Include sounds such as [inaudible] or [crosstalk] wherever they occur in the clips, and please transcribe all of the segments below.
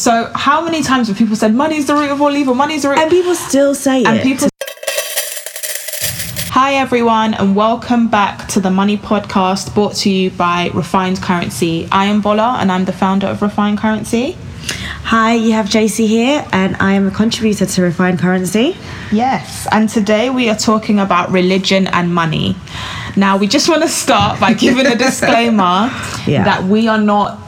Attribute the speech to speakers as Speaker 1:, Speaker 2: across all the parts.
Speaker 1: So how many times have people said money's the root of all evil? Money's the root.
Speaker 2: And people still say
Speaker 1: and
Speaker 2: it.
Speaker 1: people. Hi everyone, and welcome back to the Money Podcast, brought to you by Refined Currency. I am Bola, and I'm the founder of Refined Currency.
Speaker 2: Hi, you have JC here, and I am a contributor to Refined Currency.
Speaker 1: Yes, and today we are talking about religion and money. Now, we just want to start by giving a disclaimer
Speaker 2: [laughs] Yeah.
Speaker 1: that we are not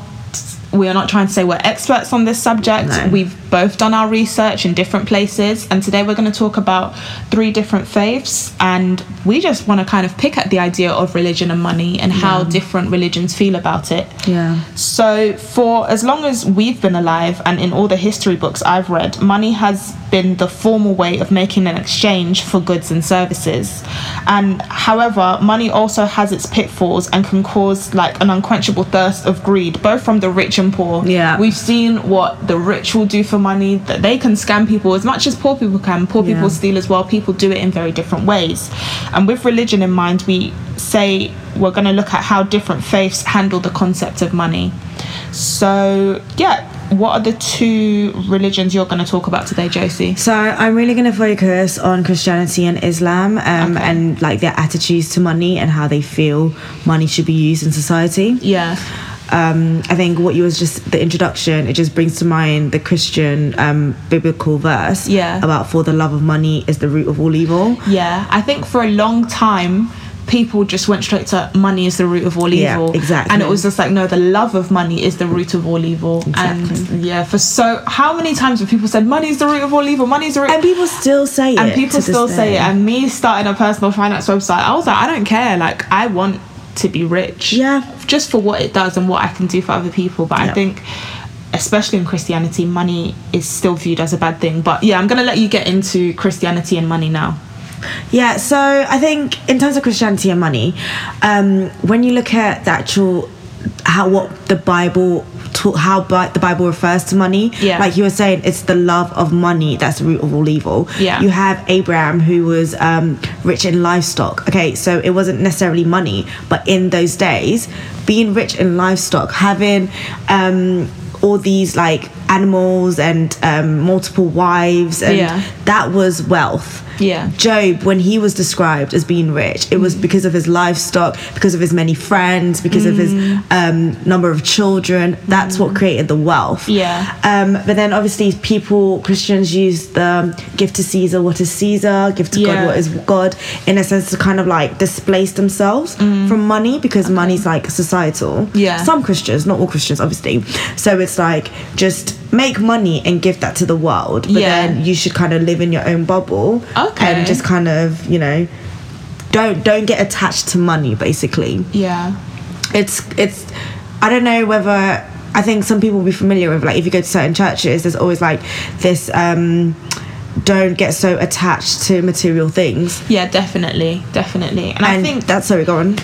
Speaker 1: we are not trying to say we're experts on this subject.
Speaker 2: No.
Speaker 1: We've both done our research in different places, and today we're going to talk about three different faiths and we just want to kind of pick at the idea of religion and money and how different religions feel about it.
Speaker 2: Yeah.
Speaker 1: So, for as long as we've been alive, and in all the history books I've read, money has been the formal way of making an exchange for goods and services. And however, money also has its pitfalls and can cause like an unquenchable thirst of greed, both from the rich and poor.
Speaker 2: Yeah.
Speaker 1: We've seen what the rich will do for money, that they can scam people as much as poor people can. Poor
Speaker 2: Yeah.
Speaker 1: people steal as well. People do it in very different ways. And with religion in mind, we say we're going to look at how different faiths handle the concept of money. So, yeah, what are the two religions you're going to talk about today, Josie?
Speaker 2: So I'm really going to focus on Christianity and Islam, um,
Speaker 1: Okay.
Speaker 2: and like their attitudes to money and how they feel money should be used in society.
Speaker 1: Yeah.
Speaker 2: um, I think what you was just the introduction, it just brings to mind the Christian um, biblical verse
Speaker 1: Yeah.
Speaker 2: about for the love of money is the root of all evil.
Speaker 1: Yeah. I think for a long time, people just went straight to money is the root of all
Speaker 2: Yeah,
Speaker 1: evil.
Speaker 2: exactly.
Speaker 1: And it was just like, no, the love of money is the root of all evil.
Speaker 2: Exactly.
Speaker 1: And yeah, for so, how many times have people said money is the root of all evil? Money is the root.
Speaker 2: And people still say it.
Speaker 1: and people
Speaker 2: to this
Speaker 1: still say
Speaker 2: day.
Speaker 1: it and me starting a personal finance website i was like i don't care like i want to be rich
Speaker 2: Yeah.
Speaker 1: just for what it does and what i can do for other people but i
Speaker 2: Yeah.
Speaker 1: think especially in christianity money is still viewed as a bad thing but yeah i'm gonna let you get into christianity and money now
Speaker 2: Yeah, so I think in terms of Christianity and money, um, when you look at the actual how what the Bible ta- how Bi- the Bible refers to money,
Speaker 1: Yeah.
Speaker 2: like you were saying, it's the love of money that's the root of all evil.
Speaker 1: Yeah.
Speaker 2: you have Abraham who was um, rich in livestock. Okay, so it wasn't necessarily money, but in those days, being rich in livestock, having um, all these like animals and um, multiple wives, and
Speaker 1: Yeah.
Speaker 2: that was wealth.
Speaker 1: Yeah. Mm.
Speaker 2: Job, when he was described as being rich, it was because of his livestock, because of his many friends, because of
Speaker 1: Mm.
Speaker 2: his um, number of children. That's what created the wealth.
Speaker 1: Yeah.
Speaker 2: Um, but then obviously, people, Christians, use the um, give to Caesar what is Caesar, give to
Speaker 1: Yeah.
Speaker 2: God what is God, in a sense to kind of like displace themselves from money because money's like societal.
Speaker 1: Mm. Yeah.
Speaker 2: Some Christians, not all Christians, obviously. So it's like just make money and give that to the world. But
Speaker 1: Yeah.
Speaker 2: then you should kind of live in your own bubble
Speaker 1: Okay.
Speaker 2: and just kind of you know don't don't get attached to money basically
Speaker 1: yeah
Speaker 2: it's it's i don't know whether i think some people will be familiar with like if you go to certain churches there's always like this um don't get so attached to material things
Speaker 1: yeah definitely definitely and i
Speaker 2: and
Speaker 1: think
Speaker 2: that's so gone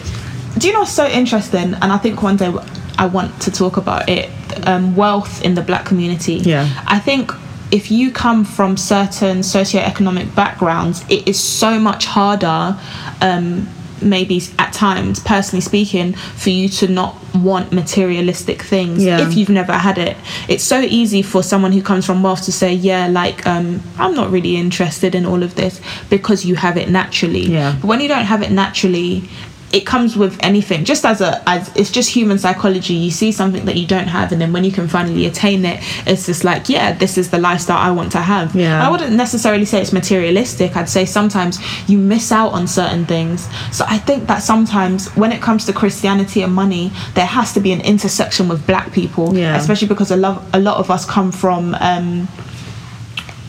Speaker 1: do you know what's so interesting and i think one day i want to talk about it um, wealth in the black community
Speaker 2: Yeah.
Speaker 1: i think if you come from certain socioeconomic backgrounds it is so much harder um, maybe at times personally speaking for you to not want materialistic things
Speaker 2: Yeah.
Speaker 1: if you've never had it it's so easy for someone who comes from wealth to say yeah like um, i'm not really interested in all of this because you have it naturally
Speaker 2: Yeah.
Speaker 1: but when you don't have it naturally, it comes with anything. Just as a as it's just human psychology. You see something that you don't have, and then when you can finally attain it, it's just like, yeah, this is the lifestyle I want to have.
Speaker 2: Yeah.
Speaker 1: I wouldn't necessarily say it's materialistic. I'd say sometimes you miss out on certain things. So I think that sometimes when it comes to Christianity and money, there has to be an intersection with black people,
Speaker 2: Yeah.
Speaker 1: especially because a lot a lot of us come from. Um,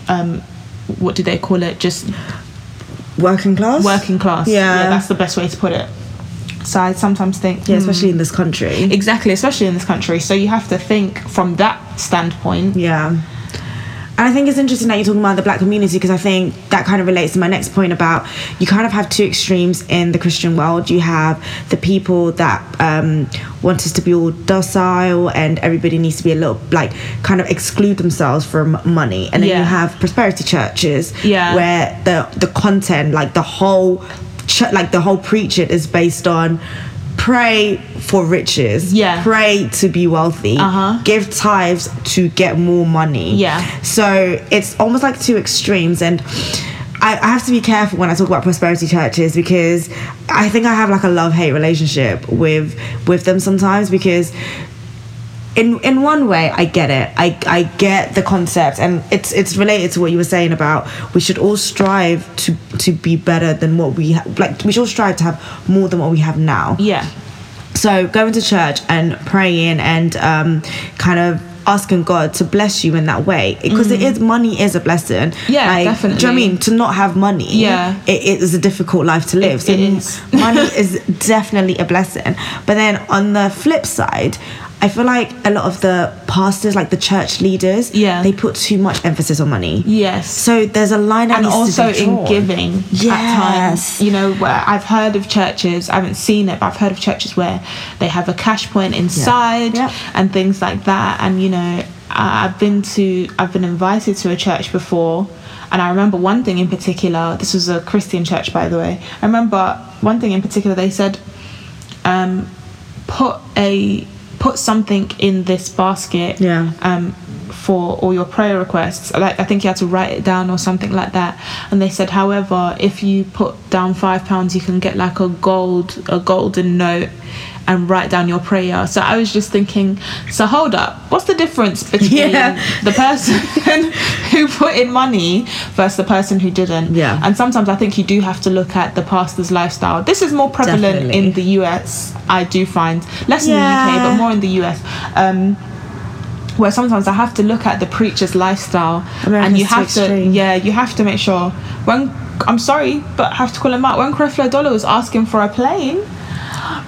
Speaker 1: um, what do they call it? Just
Speaker 2: working class
Speaker 1: working class.
Speaker 2: Yeah.
Speaker 1: that's the best way to put it. So I sometimes think,
Speaker 2: yeah
Speaker 1: hmm.
Speaker 2: especially in this country
Speaker 1: exactly, especially in this country. So you have to think from that standpoint.
Speaker 2: Yeah. And I think it's interesting that you're talking about the black community because I think that kind of relates to my next point about you kind of have two extremes in the Christian world. You have the people that um, want us to be all docile and everybody needs to be a little, like, kind of exclude themselves from money. And then
Speaker 1: Yeah.
Speaker 2: you have prosperity churches
Speaker 1: Yeah.
Speaker 2: where the, the content, like the whole, ch- like the whole preaching is based on pray for riches.
Speaker 1: Yeah.
Speaker 2: Pray to be wealthy.
Speaker 1: Uh-huh.
Speaker 2: Give tithes to get more money.
Speaker 1: Yeah.
Speaker 2: So it's almost like two extremes and I, I have to be careful when I talk about prosperity churches because I think I have like a love hate relationship with with them sometimes because in in one way I get it. I I get the concept and it's it's related to what you were saying about we should all strive to to be better than what we ha- like we should all strive to have more than what we have now.
Speaker 1: Yeah.
Speaker 2: So going to church and praying and um, kind of asking God to bless you in that way because it is money is a blessing.
Speaker 1: Mm. Yeah,
Speaker 2: like, Do you know what I
Speaker 1: definitely.
Speaker 2: mean to not have money?
Speaker 1: Yeah.
Speaker 2: it, it is a difficult life to live. So
Speaker 1: it is.
Speaker 2: money is definitely a blessing. But then on the flip side. I feel like a lot of the pastors, like the church leaders,
Speaker 1: Yeah.
Speaker 2: they put too much emphasis on money.
Speaker 1: Yes.
Speaker 2: So there's a line that
Speaker 1: and
Speaker 2: needs
Speaker 1: also
Speaker 2: to be
Speaker 1: in
Speaker 2: drawn.
Speaker 1: giving at
Speaker 2: Yes.
Speaker 1: times you know where i've heard of churches i haven't seen it but i've heard of churches where they have a cash point inside
Speaker 2: Yeah.
Speaker 1: and things like that and you know I- i've been to i've been invited to a church before and i remember one thing in particular this was a christian church by the way i remember one thing in particular they said um, put a put something in this basket
Speaker 2: Yeah.
Speaker 1: um, for all your prayer requests. Like I think you had to write it down or something like that. And they said, however, if you put down five pounds, you can get like a gold a golden note and write down your prayer. So I was just thinking, so hold up, what's the difference between
Speaker 2: Yeah.
Speaker 1: the person [laughs] who put in money versus the person who didn't?
Speaker 2: Yeah.
Speaker 1: And sometimes I think you do have to look at the pastor's lifestyle. This is more prevalent
Speaker 2: Definitely.
Speaker 1: in the US. I do find less in the UK,
Speaker 2: Yeah.
Speaker 1: but more in the US. Um, where sometimes I have to look at the preacher's lifestyle, and
Speaker 2: Americans
Speaker 1: you
Speaker 2: too
Speaker 1: have to,
Speaker 2: extreme.
Speaker 1: yeah, you have to make sure. When I'm sorry, but I have to call him out. When Creflo Dollar was asking for a plane,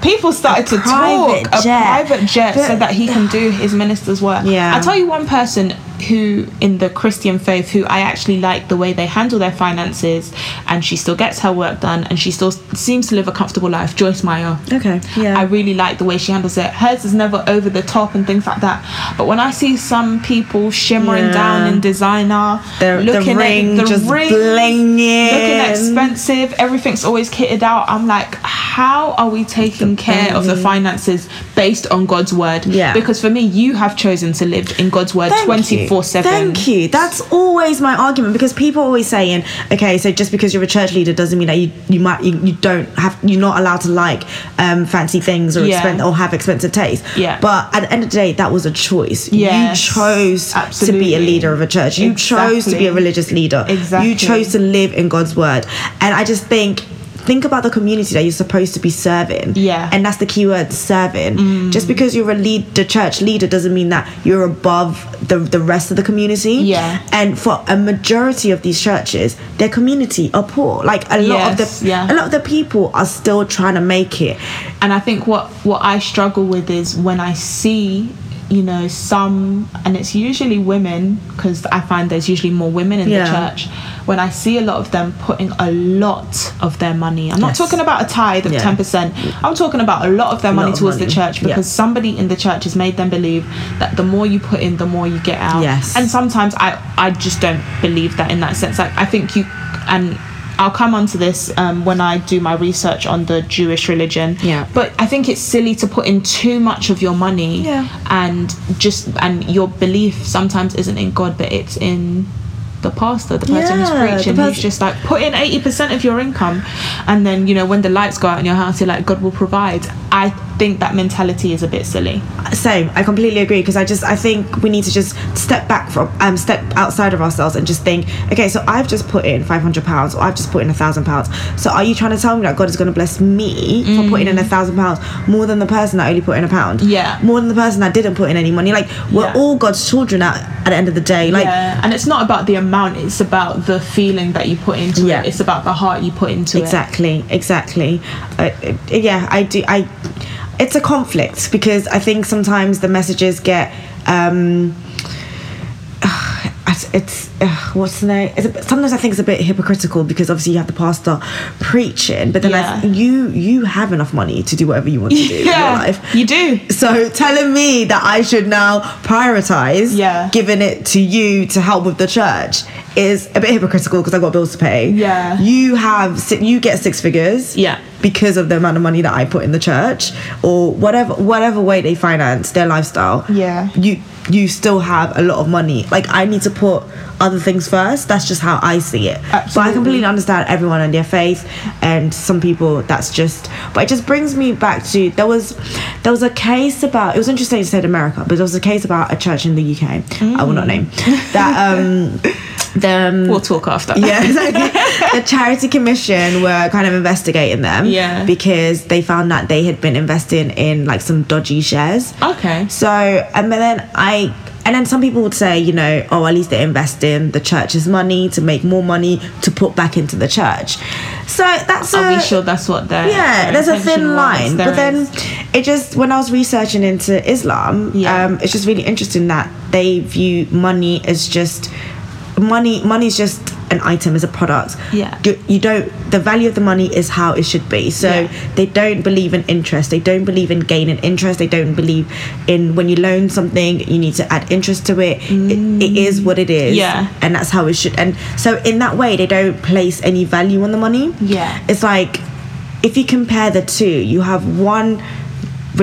Speaker 1: people started to talk
Speaker 2: private
Speaker 1: a
Speaker 2: jet.
Speaker 1: private jet so
Speaker 2: But-
Speaker 1: that he can do his minister's work.
Speaker 2: Yeah.
Speaker 1: I tell you one person who in the Christian faith who I actually like the way they handle their finances, and she still gets her work done, and she still seems to live a comfortable life. Joyce Meyer.
Speaker 2: Okay, yeah.
Speaker 1: I really like the way she handles it. Hers is never over the top and things like that. But when I see some people shimmering
Speaker 2: Yeah.
Speaker 1: down in designer,
Speaker 2: The- the ring just
Speaker 1: rings,
Speaker 2: blinging.
Speaker 1: looking expensive, everything's always kitted out. I'm like, how are we taking care of the finances based on God's word?
Speaker 2: Yeah.
Speaker 1: Because for me, you have chosen to live in God's word
Speaker 2: Thank you.
Speaker 1: 24 7.
Speaker 2: Thank you. That's always my argument because people are always saying, okay, so just because you're a church leader doesn't mean that you you might you, you don't have you're not allowed to like um, fancy things or
Speaker 1: Yeah.
Speaker 2: expen- or have expensive taste.
Speaker 1: Yeah.
Speaker 2: But at the end of the day, that was a choice.
Speaker 1: Yes,
Speaker 2: you chose to be a
Speaker 1: absolutely.
Speaker 2: leader of a church. You chose to be a
Speaker 1: Exactly.
Speaker 2: religious leader.
Speaker 1: Exactly.
Speaker 2: You chose to live in God's word, and I just think. Think about the community that you're supposed to be serving.
Speaker 1: Yeah. Mm.
Speaker 2: And that's the key word serving. Just because you're a lead, the church leader doesn't mean that you're above the, the rest of the community.
Speaker 1: Yeah.
Speaker 2: And for a majority of these churches, their community are poor. Like a lot
Speaker 1: Yes,
Speaker 2: of the
Speaker 1: yeah.
Speaker 2: a lot of the people are still trying to make it.
Speaker 1: and I think what what I struggle with is when I see you know some and it's usually women because I find there's usually more women in the
Speaker 2: Yeah.
Speaker 1: church when I see a lot of them putting a lot of their money I'm not
Speaker 2: Yes.
Speaker 1: talking about a tithe of
Speaker 2: Yeah.
Speaker 1: 10% I'm talking about a lot of their money
Speaker 2: of
Speaker 1: towards the
Speaker 2: money.
Speaker 1: church
Speaker 2: Yeah.
Speaker 1: because somebody in the church has made them believe that the more you put in the more you get out
Speaker 2: Yes.
Speaker 1: and sometimes I I just don't believe that in that sense like I think you and I'll come onto this um, when I do my research on the Jewish religion
Speaker 2: Yeah.
Speaker 1: but I think it's silly to put in too much of your money
Speaker 2: Yeah.
Speaker 1: and just and your belief sometimes isn't in God but it's in the pastor, the person
Speaker 2: Yeah,
Speaker 1: who's
Speaker 2: the
Speaker 1: preaching, who's
Speaker 2: pers-
Speaker 1: just like put in eighty percent of your income, and then you know when the lights go out in your house, you're like God will provide. I think that mentality is a bit silly.
Speaker 2: Same. I completely agree because I just I think we need to just step back from um step outside of ourselves and just think, okay, so I've just put in five hundred pounds or I've just put in a thousand pounds. So are you trying to tell me that God is going to bless me for putting in a thousand pounds more than the person that only put in a pound?
Speaker 1: Mm. Yeah.
Speaker 2: More than the person that didn't put in any money. Like we're
Speaker 1: Yeah.
Speaker 2: all God's children at, at the end of the day. Like
Speaker 1: yeah, and it's not about the amount; it's about the feeling that you put into
Speaker 2: Yeah.
Speaker 1: it. It's about the heart you put into [laughs] it.
Speaker 2: exactly exactly uh, uh, yeah i do i it's a conflict because i think sometimes the messages get um I [sighs] it's, it's ugh, what's the name? It's a, bit- sometimes I think it's a bit hypocritical because obviously you have the pastor preaching, but then I,
Speaker 1: Yeah.
Speaker 2: you you have enough money to do whatever you want to do
Speaker 1: [laughs]
Speaker 2: in your life. Mm.
Speaker 1: you do.
Speaker 2: So telling me that I should now prioritize
Speaker 1: Yeah.
Speaker 2: giving it to you to help with the church is a bit hypocritical because I've got bills to pay.
Speaker 1: Yeah.
Speaker 2: You have si- you get six figures.
Speaker 1: Yeah.
Speaker 2: Because of the amount of money that I put in the church or whatever whatever way they finance their lifestyle.
Speaker 1: Yeah.
Speaker 2: You you still have a lot of money. Like I need to put other things first. That's just how I see it. But I
Speaker 1: Absolutely.
Speaker 2: completely understand everyone and their faith and some people that's just but it just brings me back to there was there was a case about it was interesting you said America, but there was a case about a church in the UK. I will not name. That um [laughs] the um,
Speaker 1: We'll talk after.
Speaker 2: yeah, [laughs] exactly. the charity commission were kind of investigating them.
Speaker 1: Yeah.
Speaker 2: Because they found that they had been investing in like some dodgy shares.
Speaker 1: [laughs] Okay.
Speaker 2: So and then I and then some people would say, you know, oh at least they're investing the church's money to make more money to put back into the church. So that's
Speaker 1: Are
Speaker 2: a,
Speaker 1: we sure that's what they're?
Speaker 2: yeah,
Speaker 1: their
Speaker 2: there's a
Speaker 1: intention
Speaker 2: thin
Speaker 1: was?
Speaker 2: line.
Speaker 1: There
Speaker 2: But then
Speaker 1: is.
Speaker 2: it just, when I was researching into Islam,
Speaker 1: Yeah.
Speaker 2: um, it's just really interesting that they view money as just money. Money is just an item, as a product.
Speaker 1: Yeah.
Speaker 2: You, you don't. The value of the money is how it should be. So
Speaker 1: Yeah.
Speaker 2: they don't believe in interest. They don't believe in gain and interest. They don't believe in when you loan something, you need to add interest to it. It, it is what it is.
Speaker 1: Mm. Yeah.
Speaker 2: And that's how it should. And so in that way, they don't place any value on the money
Speaker 1: Yeah.
Speaker 2: it's like if you compare the two, you have one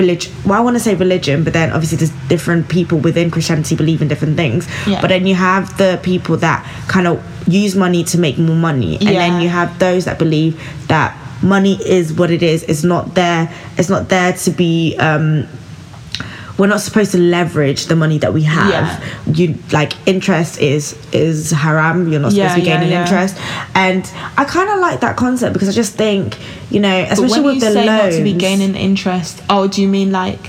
Speaker 2: religion. Well, I want to say religion, but then obviously there's different people within Christianity believe in different things.
Speaker 1: Yeah.
Speaker 2: But then you have the people that kind of use money to make more money, and then
Speaker 1: Yeah.
Speaker 2: you have those that believe that money is what it is. It's not there. It's not there to be. Um, we're not supposed to leverage the money that we have.
Speaker 1: Yeah.
Speaker 2: You like interest is is haram. You're not supposed
Speaker 1: Yeah,
Speaker 2: to be
Speaker 1: yeah,
Speaker 2: gaining
Speaker 1: yeah.
Speaker 2: interest podcast. and I kind of like that concept because I just think you know,
Speaker 1: But
Speaker 2: especially
Speaker 1: when
Speaker 2: with
Speaker 1: you
Speaker 2: the
Speaker 1: say not
Speaker 2: loans,
Speaker 1: to be gaining interest, oh, do you mean like?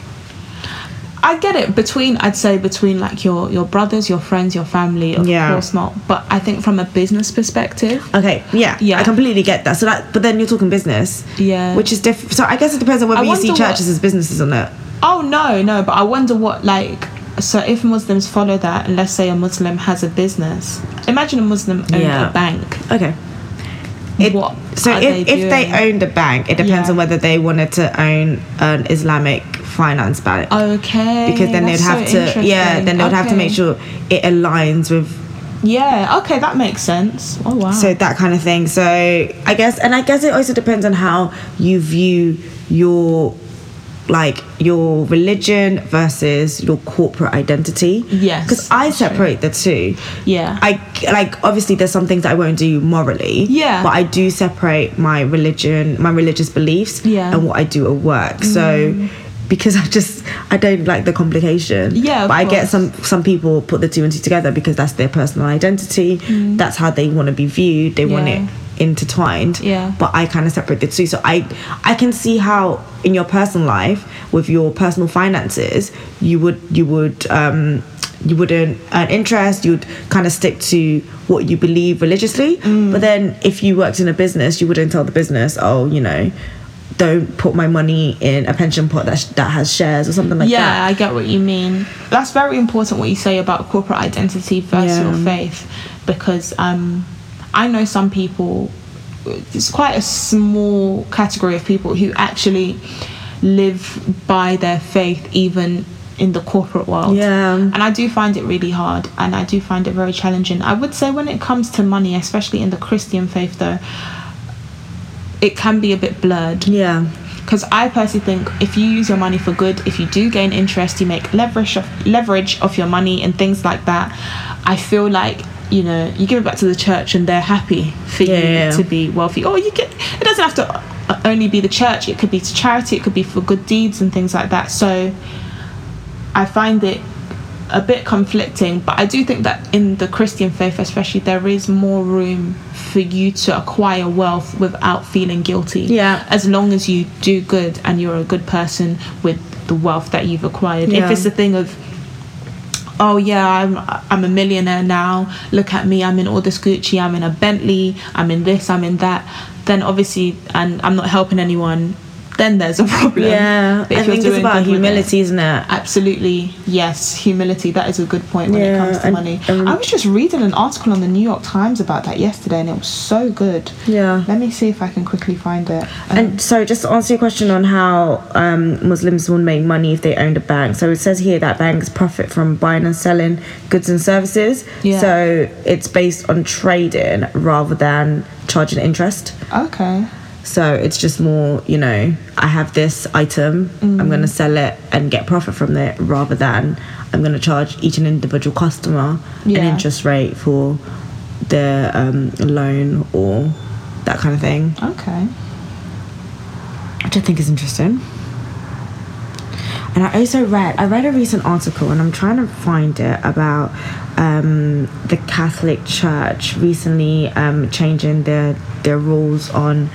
Speaker 1: I get it. Between, I'd say between like your your brothers, your friends, your family. Of
Speaker 2: Yeah.
Speaker 1: course not. But I think from a business perspective,
Speaker 2: Okay, yeah,
Speaker 1: Yeah.
Speaker 2: I completely get that. So that, but then you're talking business,
Speaker 1: Yeah.
Speaker 2: which is different. So I guess it depends on whether
Speaker 1: I
Speaker 2: you see
Speaker 1: wonder what-
Speaker 2: churches as businesses or not.
Speaker 1: oh no, no. But I wonder what like. So if Muslims follow that, and let's say a Muslim has a business, imagine a Muslim owned
Speaker 2: Yeah.
Speaker 1: a bank.
Speaker 2: Okay.
Speaker 1: What
Speaker 2: so
Speaker 1: are
Speaker 2: if,
Speaker 1: they
Speaker 2: if they
Speaker 1: doing?
Speaker 2: owned a bank, it depends
Speaker 1: Yeah.
Speaker 2: on whether they wanted to own an Islamic finance bank.
Speaker 1: Okay.
Speaker 2: because then they'd
Speaker 1: that's
Speaker 2: have
Speaker 1: so
Speaker 2: to, yeah,
Speaker 1: interesting.
Speaker 2: then they would have to
Speaker 1: Okay.
Speaker 2: make sure it aligns with
Speaker 1: Yeah. Okay, that makes sense. Oh wow.
Speaker 2: so that kind of thing so i guess and i guess it also depends on how you view your like your religion versus your corporate identity
Speaker 1: Yes,
Speaker 2: because i
Speaker 1: that's true.
Speaker 2: separate the two
Speaker 1: yeah.
Speaker 2: i like obviously there's some things that i won't do morally
Speaker 1: Yeah.
Speaker 2: but i do separate my religion my religious beliefs
Speaker 1: Yeah. Mm.
Speaker 2: and what i do at work so because I just I don't like the complication.
Speaker 1: Yeah, of
Speaker 2: but I get
Speaker 1: course.
Speaker 2: some some people put the two and two together because that's their personal identity. That's how they want to be viewed. They want
Speaker 1: Mm. Yeah.
Speaker 2: it intertwined.
Speaker 1: Yeah.
Speaker 2: But I kind of separate the two. So I I can see how in your personal life with your personal finances you would you would um you wouldn't earn interest. You'd kind of stick to what you believe religiously.
Speaker 1: Mm.
Speaker 2: But then if you worked in a business, you wouldn't tell the business, oh, you know. Don't put my money in a pension pot that, sh- that has shares or something like
Speaker 1: yeah,
Speaker 2: that.
Speaker 1: I get what you mean. That's very important what you say about corporate identity versus
Speaker 2: Yeah.
Speaker 1: your faith, because um, I know some people. It's quite a small category of people who actually live by their faith, even in the corporate world.
Speaker 2: Yeah.
Speaker 1: and I do find it really hard, and I do find it very challenging. I would say when it comes to money, especially in the Christian faith, though, it can be a bit blurred.
Speaker 2: Yeah.
Speaker 1: Because I personally think if you use your money for good, if you do gain interest, you make leverage of, leverage of your money and things like that. I feel like you know you give it back to the church and they're happy for you
Speaker 2: Yeah.
Speaker 1: to be wealthy. Or you get it doesn't have to uh, only be the church. It could be to charity. It could be for good deeds and things like that. So I find it a bit conflicting, but I do think that in the Christian faith, especially, there is more room for you to acquire wealth without feeling guilty.
Speaker 2: Yeah.
Speaker 1: As long as you do good and you're a good person with the wealth that you've acquired.
Speaker 2: Yeah.
Speaker 1: If it's a thing of, oh yeah, I'm I'm a millionaire now. Look at me, I'm in all this Gucci, I'm in a Bentley, I'm in this, I'm in that. Then obviously, and I'm not helping anyone. then there's a [laughs] problem.
Speaker 2: Yeah,
Speaker 1: But if
Speaker 2: I
Speaker 1: you're
Speaker 2: think it's
Speaker 1: doing
Speaker 2: about
Speaker 1: good with it-
Speaker 2: humility, isn't it?
Speaker 1: Absolutely, yes. Humility, that is a good point when it
Speaker 2: Yeah,
Speaker 1: comes to
Speaker 2: and- um,
Speaker 1: money.
Speaker 2: and-
Speaker 1: I was just reading an article on the New York Times about that yesterday and it was so good.
Speaker 2: Yeah.
Speaker 1: Let me see if I can quickly find it. Um,
Speaker 2: And so, just to answer your question on how um, Muslims will make money if they owned a bank. So it says here that banks profit from buying and selling goods and services.
Speaker 1: Yeah.
Speaker 2: So it's based on trading rather than charging interest.
Speaker 1: okay.
Speaker 2: So it's just more, you know, I have this item, I'm
Speaker 1: Mm.
Speaker 2: going to sell it and get profit from it rather than I'm going to charge each and individual customer an
Speaker 1: Yeah.
Speaker 2: interest rate for their um, loan or that kind of thing
Speaker 1: Okay.
Speaker 2: which I think is interesting. And I also read, I read a recent article, and I'm trying to find it about um, the Catholic Church recently um, changing their their rules on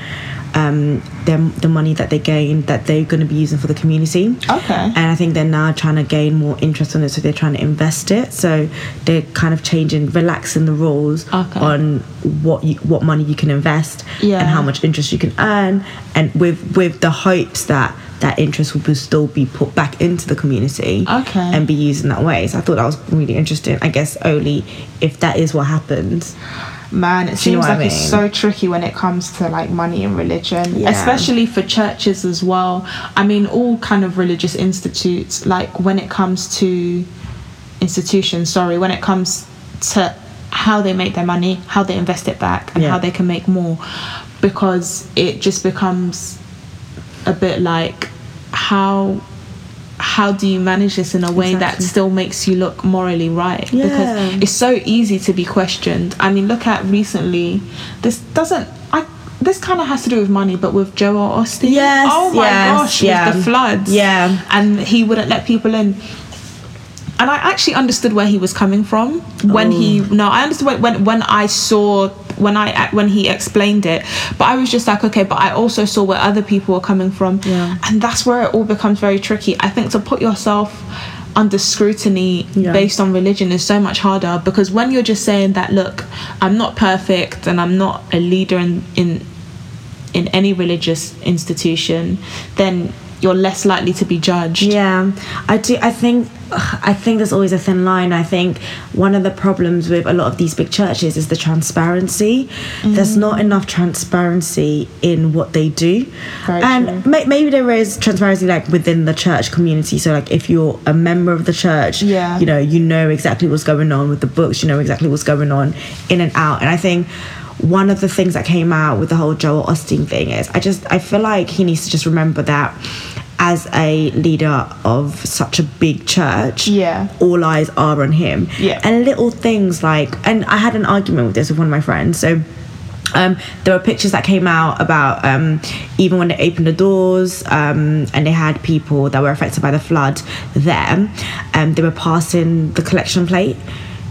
Speaker 2: um, their, the money that they gain that they're going to be using for the community.
Speaker 1: Okay.
Speaker 2: And I think they're now trying to gain more interest on it, so they're trying to invest it. So they're kind of changing, relaxing the rules
Speaker 1: Okay.
Speaker 2: on what you, what money you can invest and
Speaker 1: Yeah.
Speaker 2: how much interest you can earn and with with the hopes that that interest will be- still be put back into the community
Speaker 1: Okay.
Speaker 2: and be used in that way so i thought that was really interesting i guess only if that is what happens
Speaker 1: Man, it
Speaker 2: Do you know
Speaker 1: seems
Speaker 2: what I
Speaker 1: like it's
Speaker 2: mean?
Speaker 1: so tricky when it comes to like money and religion,
Speaker 2: Yeah.
Speaker 1: especially for churches as well. I mean, all kind of religious institutes, like when it comes to institutions, sorry, when it comes to how they make their money, how they invest it back, and
Speaker 2: Yeah.
Speaker 1: how they can make more, because it just becomes a bit like how how do you manage this in a way that
Speaker 2: Exactly.
Speaker 1: still makes you look morally right
Speaker 2: Yeah.
Speaker 1: because it's so easy to be questioned i mean look at recently this doesn't i this kind of has to do with money but with joe or austin
Speaker 2: Yes,
Speaker 1: oh my
Speaker 2: yes,
Speaker 1: gosh
Speaker 2: yeah.
Speaker 1: with the floods
Speaker 2: Yeah.
Speaker 1: and he wouldn't let people in and I actually understood where he was coming from when he
Speaker 2: Oh.
Speaker 1: no I understood when, when when I saw when I when he explained it but I was just like okay but I also saw where other people were coming from
Speaker 2: Yeah.
Speaker 1: and that's where it all becomes very tricky I think to put yourself under scrutiny
Speaker 2: Yeah.
Speaker 1: based on religion is so much harder because when you're just saying that look I'm not perfect and I'm not a leader in in in any religious institution then you're less likely to be judged
Speaker 2: Yeah, I do. I think I think there's always a thin line. I think one of the problems with a lot of these big churches is the transparency.
Speaker 1: Mm-hmm.
Speaker 2: There's not enough transparency in what they do,
Speaker 1: Very
Speaker 2: and may, maybe there is transparency like within the church community. So like if you're a member of the church,
Speaker 1: Yeah.
Speaker 2: you know you know exactly what's going on with the books. You know exactly what's going on in and out. And I think. One of the things that came out with the whole Joel Osteen thing is I just I feel like he needs to just remember that as a leader of such a big church,
Speaker 1: Yeah.
Speaker 2: all eyes are on him.
Speaker 1: Yeah.
Speaker 2: And little things like, and I had an argument with this with one of my friends. So um, there were pictures that came out about um, even when they opened the doors um, and they had people that were affected by the flood there, um, they were passing the collection plate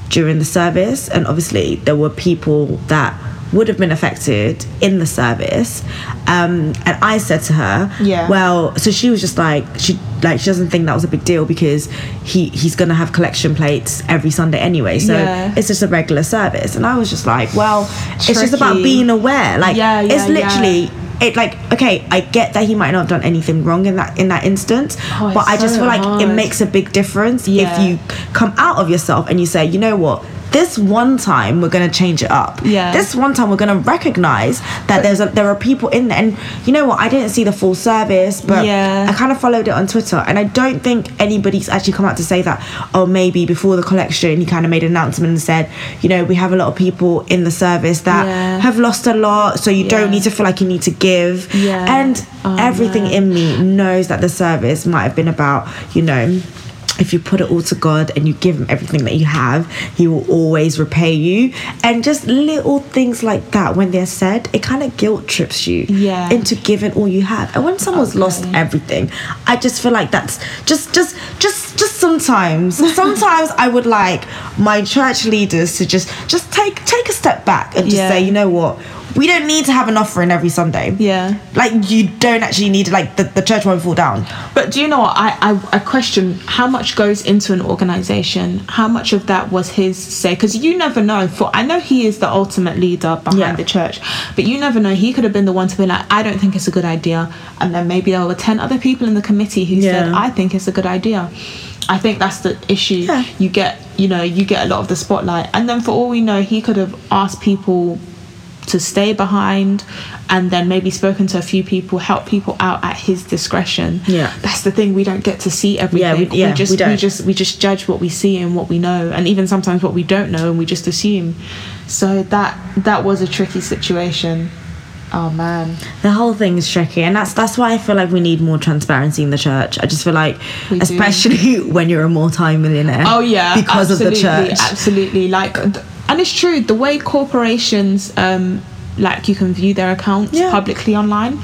Speaker 2: during the service. And obviously, there were people that would have been affected in the service. Um, and I said to her,
Speaker 1: Yeah.
Speaker 2: well, well so she was just like she like she doesn't think that was a big deal because he he's gonna have collection plates every sunday anyway so
Speaker 1: Yeah.
Speaker 2: it's just a regular service and i was just like well it's just about
Speaker 1: Tricky.
Speaker 2: being aware like
Speaker 1: Yeah,
Speaker 2: it's
Speaker 1: yeah, yeah.
Speaker 2: literally It like okay, I get that he might not have done anything wrong in that in that instance,
Speaker 1: Oh,
Speaker 2: but
Speaker 1: it's
Speaker 2: I just
Speaker 1: so
Speaker 2: feel like it
Speaker 1: hard.
Speaker 2: makes a big difference if
Speaker 1: Yeah.
Speaker 2: you come out of yourself and you say, you know what, this one time we're gonna change it up.
Speaker 1: Yeah.
Speaker 2: This one time we're gonna recognize that there's a, there are people in there, and you know what, I didn't see the full service, but
Speaker 1: Yeah.
Speaker 2: I kind of followed it on Twitter, and I don't think anybody's actually come out to say that. Oh, maybe before the collection, he kind of made an announcement and said, you know, we have a lot of people in the service that
Speaker 1: Yeah.
Speaker 2: have lost a lot, so you
Speaker 1: Yeah.
Speaker 2: don't need to feel like you need to give.
Speaker 1: Yeah.
Speaker 2: And
Speaker 1: Oh,
Speaker 2: everything
Speaker 1: man.
Speaker 2: in me knows that the service might have been about, you know. If you put it all to God and you give him everything that you have, he will always repay you. And just little things like that, when they're said, it kind of guilt trips you
Speaker 1: Yeah.
Speaker 2: into giving all you have. And when someone's lost
Speaker 1: Okay.
Speaker 2: everything, I just feel like that's just, just, just, just sometimes.
Speaker 1: [laughs]
Speaker 2: Sometimes I would like my church leaders to just, just take, take a step back and just
Speaker 1: Yeah.
Speaker 2: say, you know what, we don't need to have an offering every Sunday.
Speaker 1: Yeah.
Speaker 2: Like you don't actually need like the, the church won't fall down.
Speaker 1: But do you know what? I, I, I question how much goes into an organization, how much of that was his say, because you never know. For I know he is the ultimate leader behind
Speaker 2: Yeah.
Speaker 1: the church, but you never know. He could have been the one to be like, I don't think it's a good idea. And then maybe there were 10 other people in the committee who said,
Speaker 2: Yeah.
Speaker 1: I think it's a good idea. I think that's the issue.
Speaker 2: Yeah.
Speaker 1: You get, you know, you get a lot of the spotlight. And then for all we know, he could have asked people to stay behind and then maybe spoken to a few people, help people out at his discretion.
Speaker 2: Yeah.
Speaker 1: That's the thing, we don't get to see everything.
Speaker 2: Yeah, we- yeah,
Speaker 1: just
Speaker 2: we don't.
Speaker 1: just we just judge what we see and what we know and even sometimes what we don't know and we just assume. So that that was a tricky situation. Oh man.
Speaker 2: The whole thing is tricky, and that's that's why I feel like we need more transparency in the church. I just feel like,
Speaker 1: We do.
Speaker 2: especially [laughs] when you're a multi-millionaire.
Speaker 1: Oh yeah,
Speaker 2: because of the
Speaker 1: absolutely,
Speaker 2: church.
Speaker 1: Absolutely, like, th- and it's true. The way corporations, um, like, you can view their accounts
Speaker 2: Yeah.
Speaker 1: publicly online.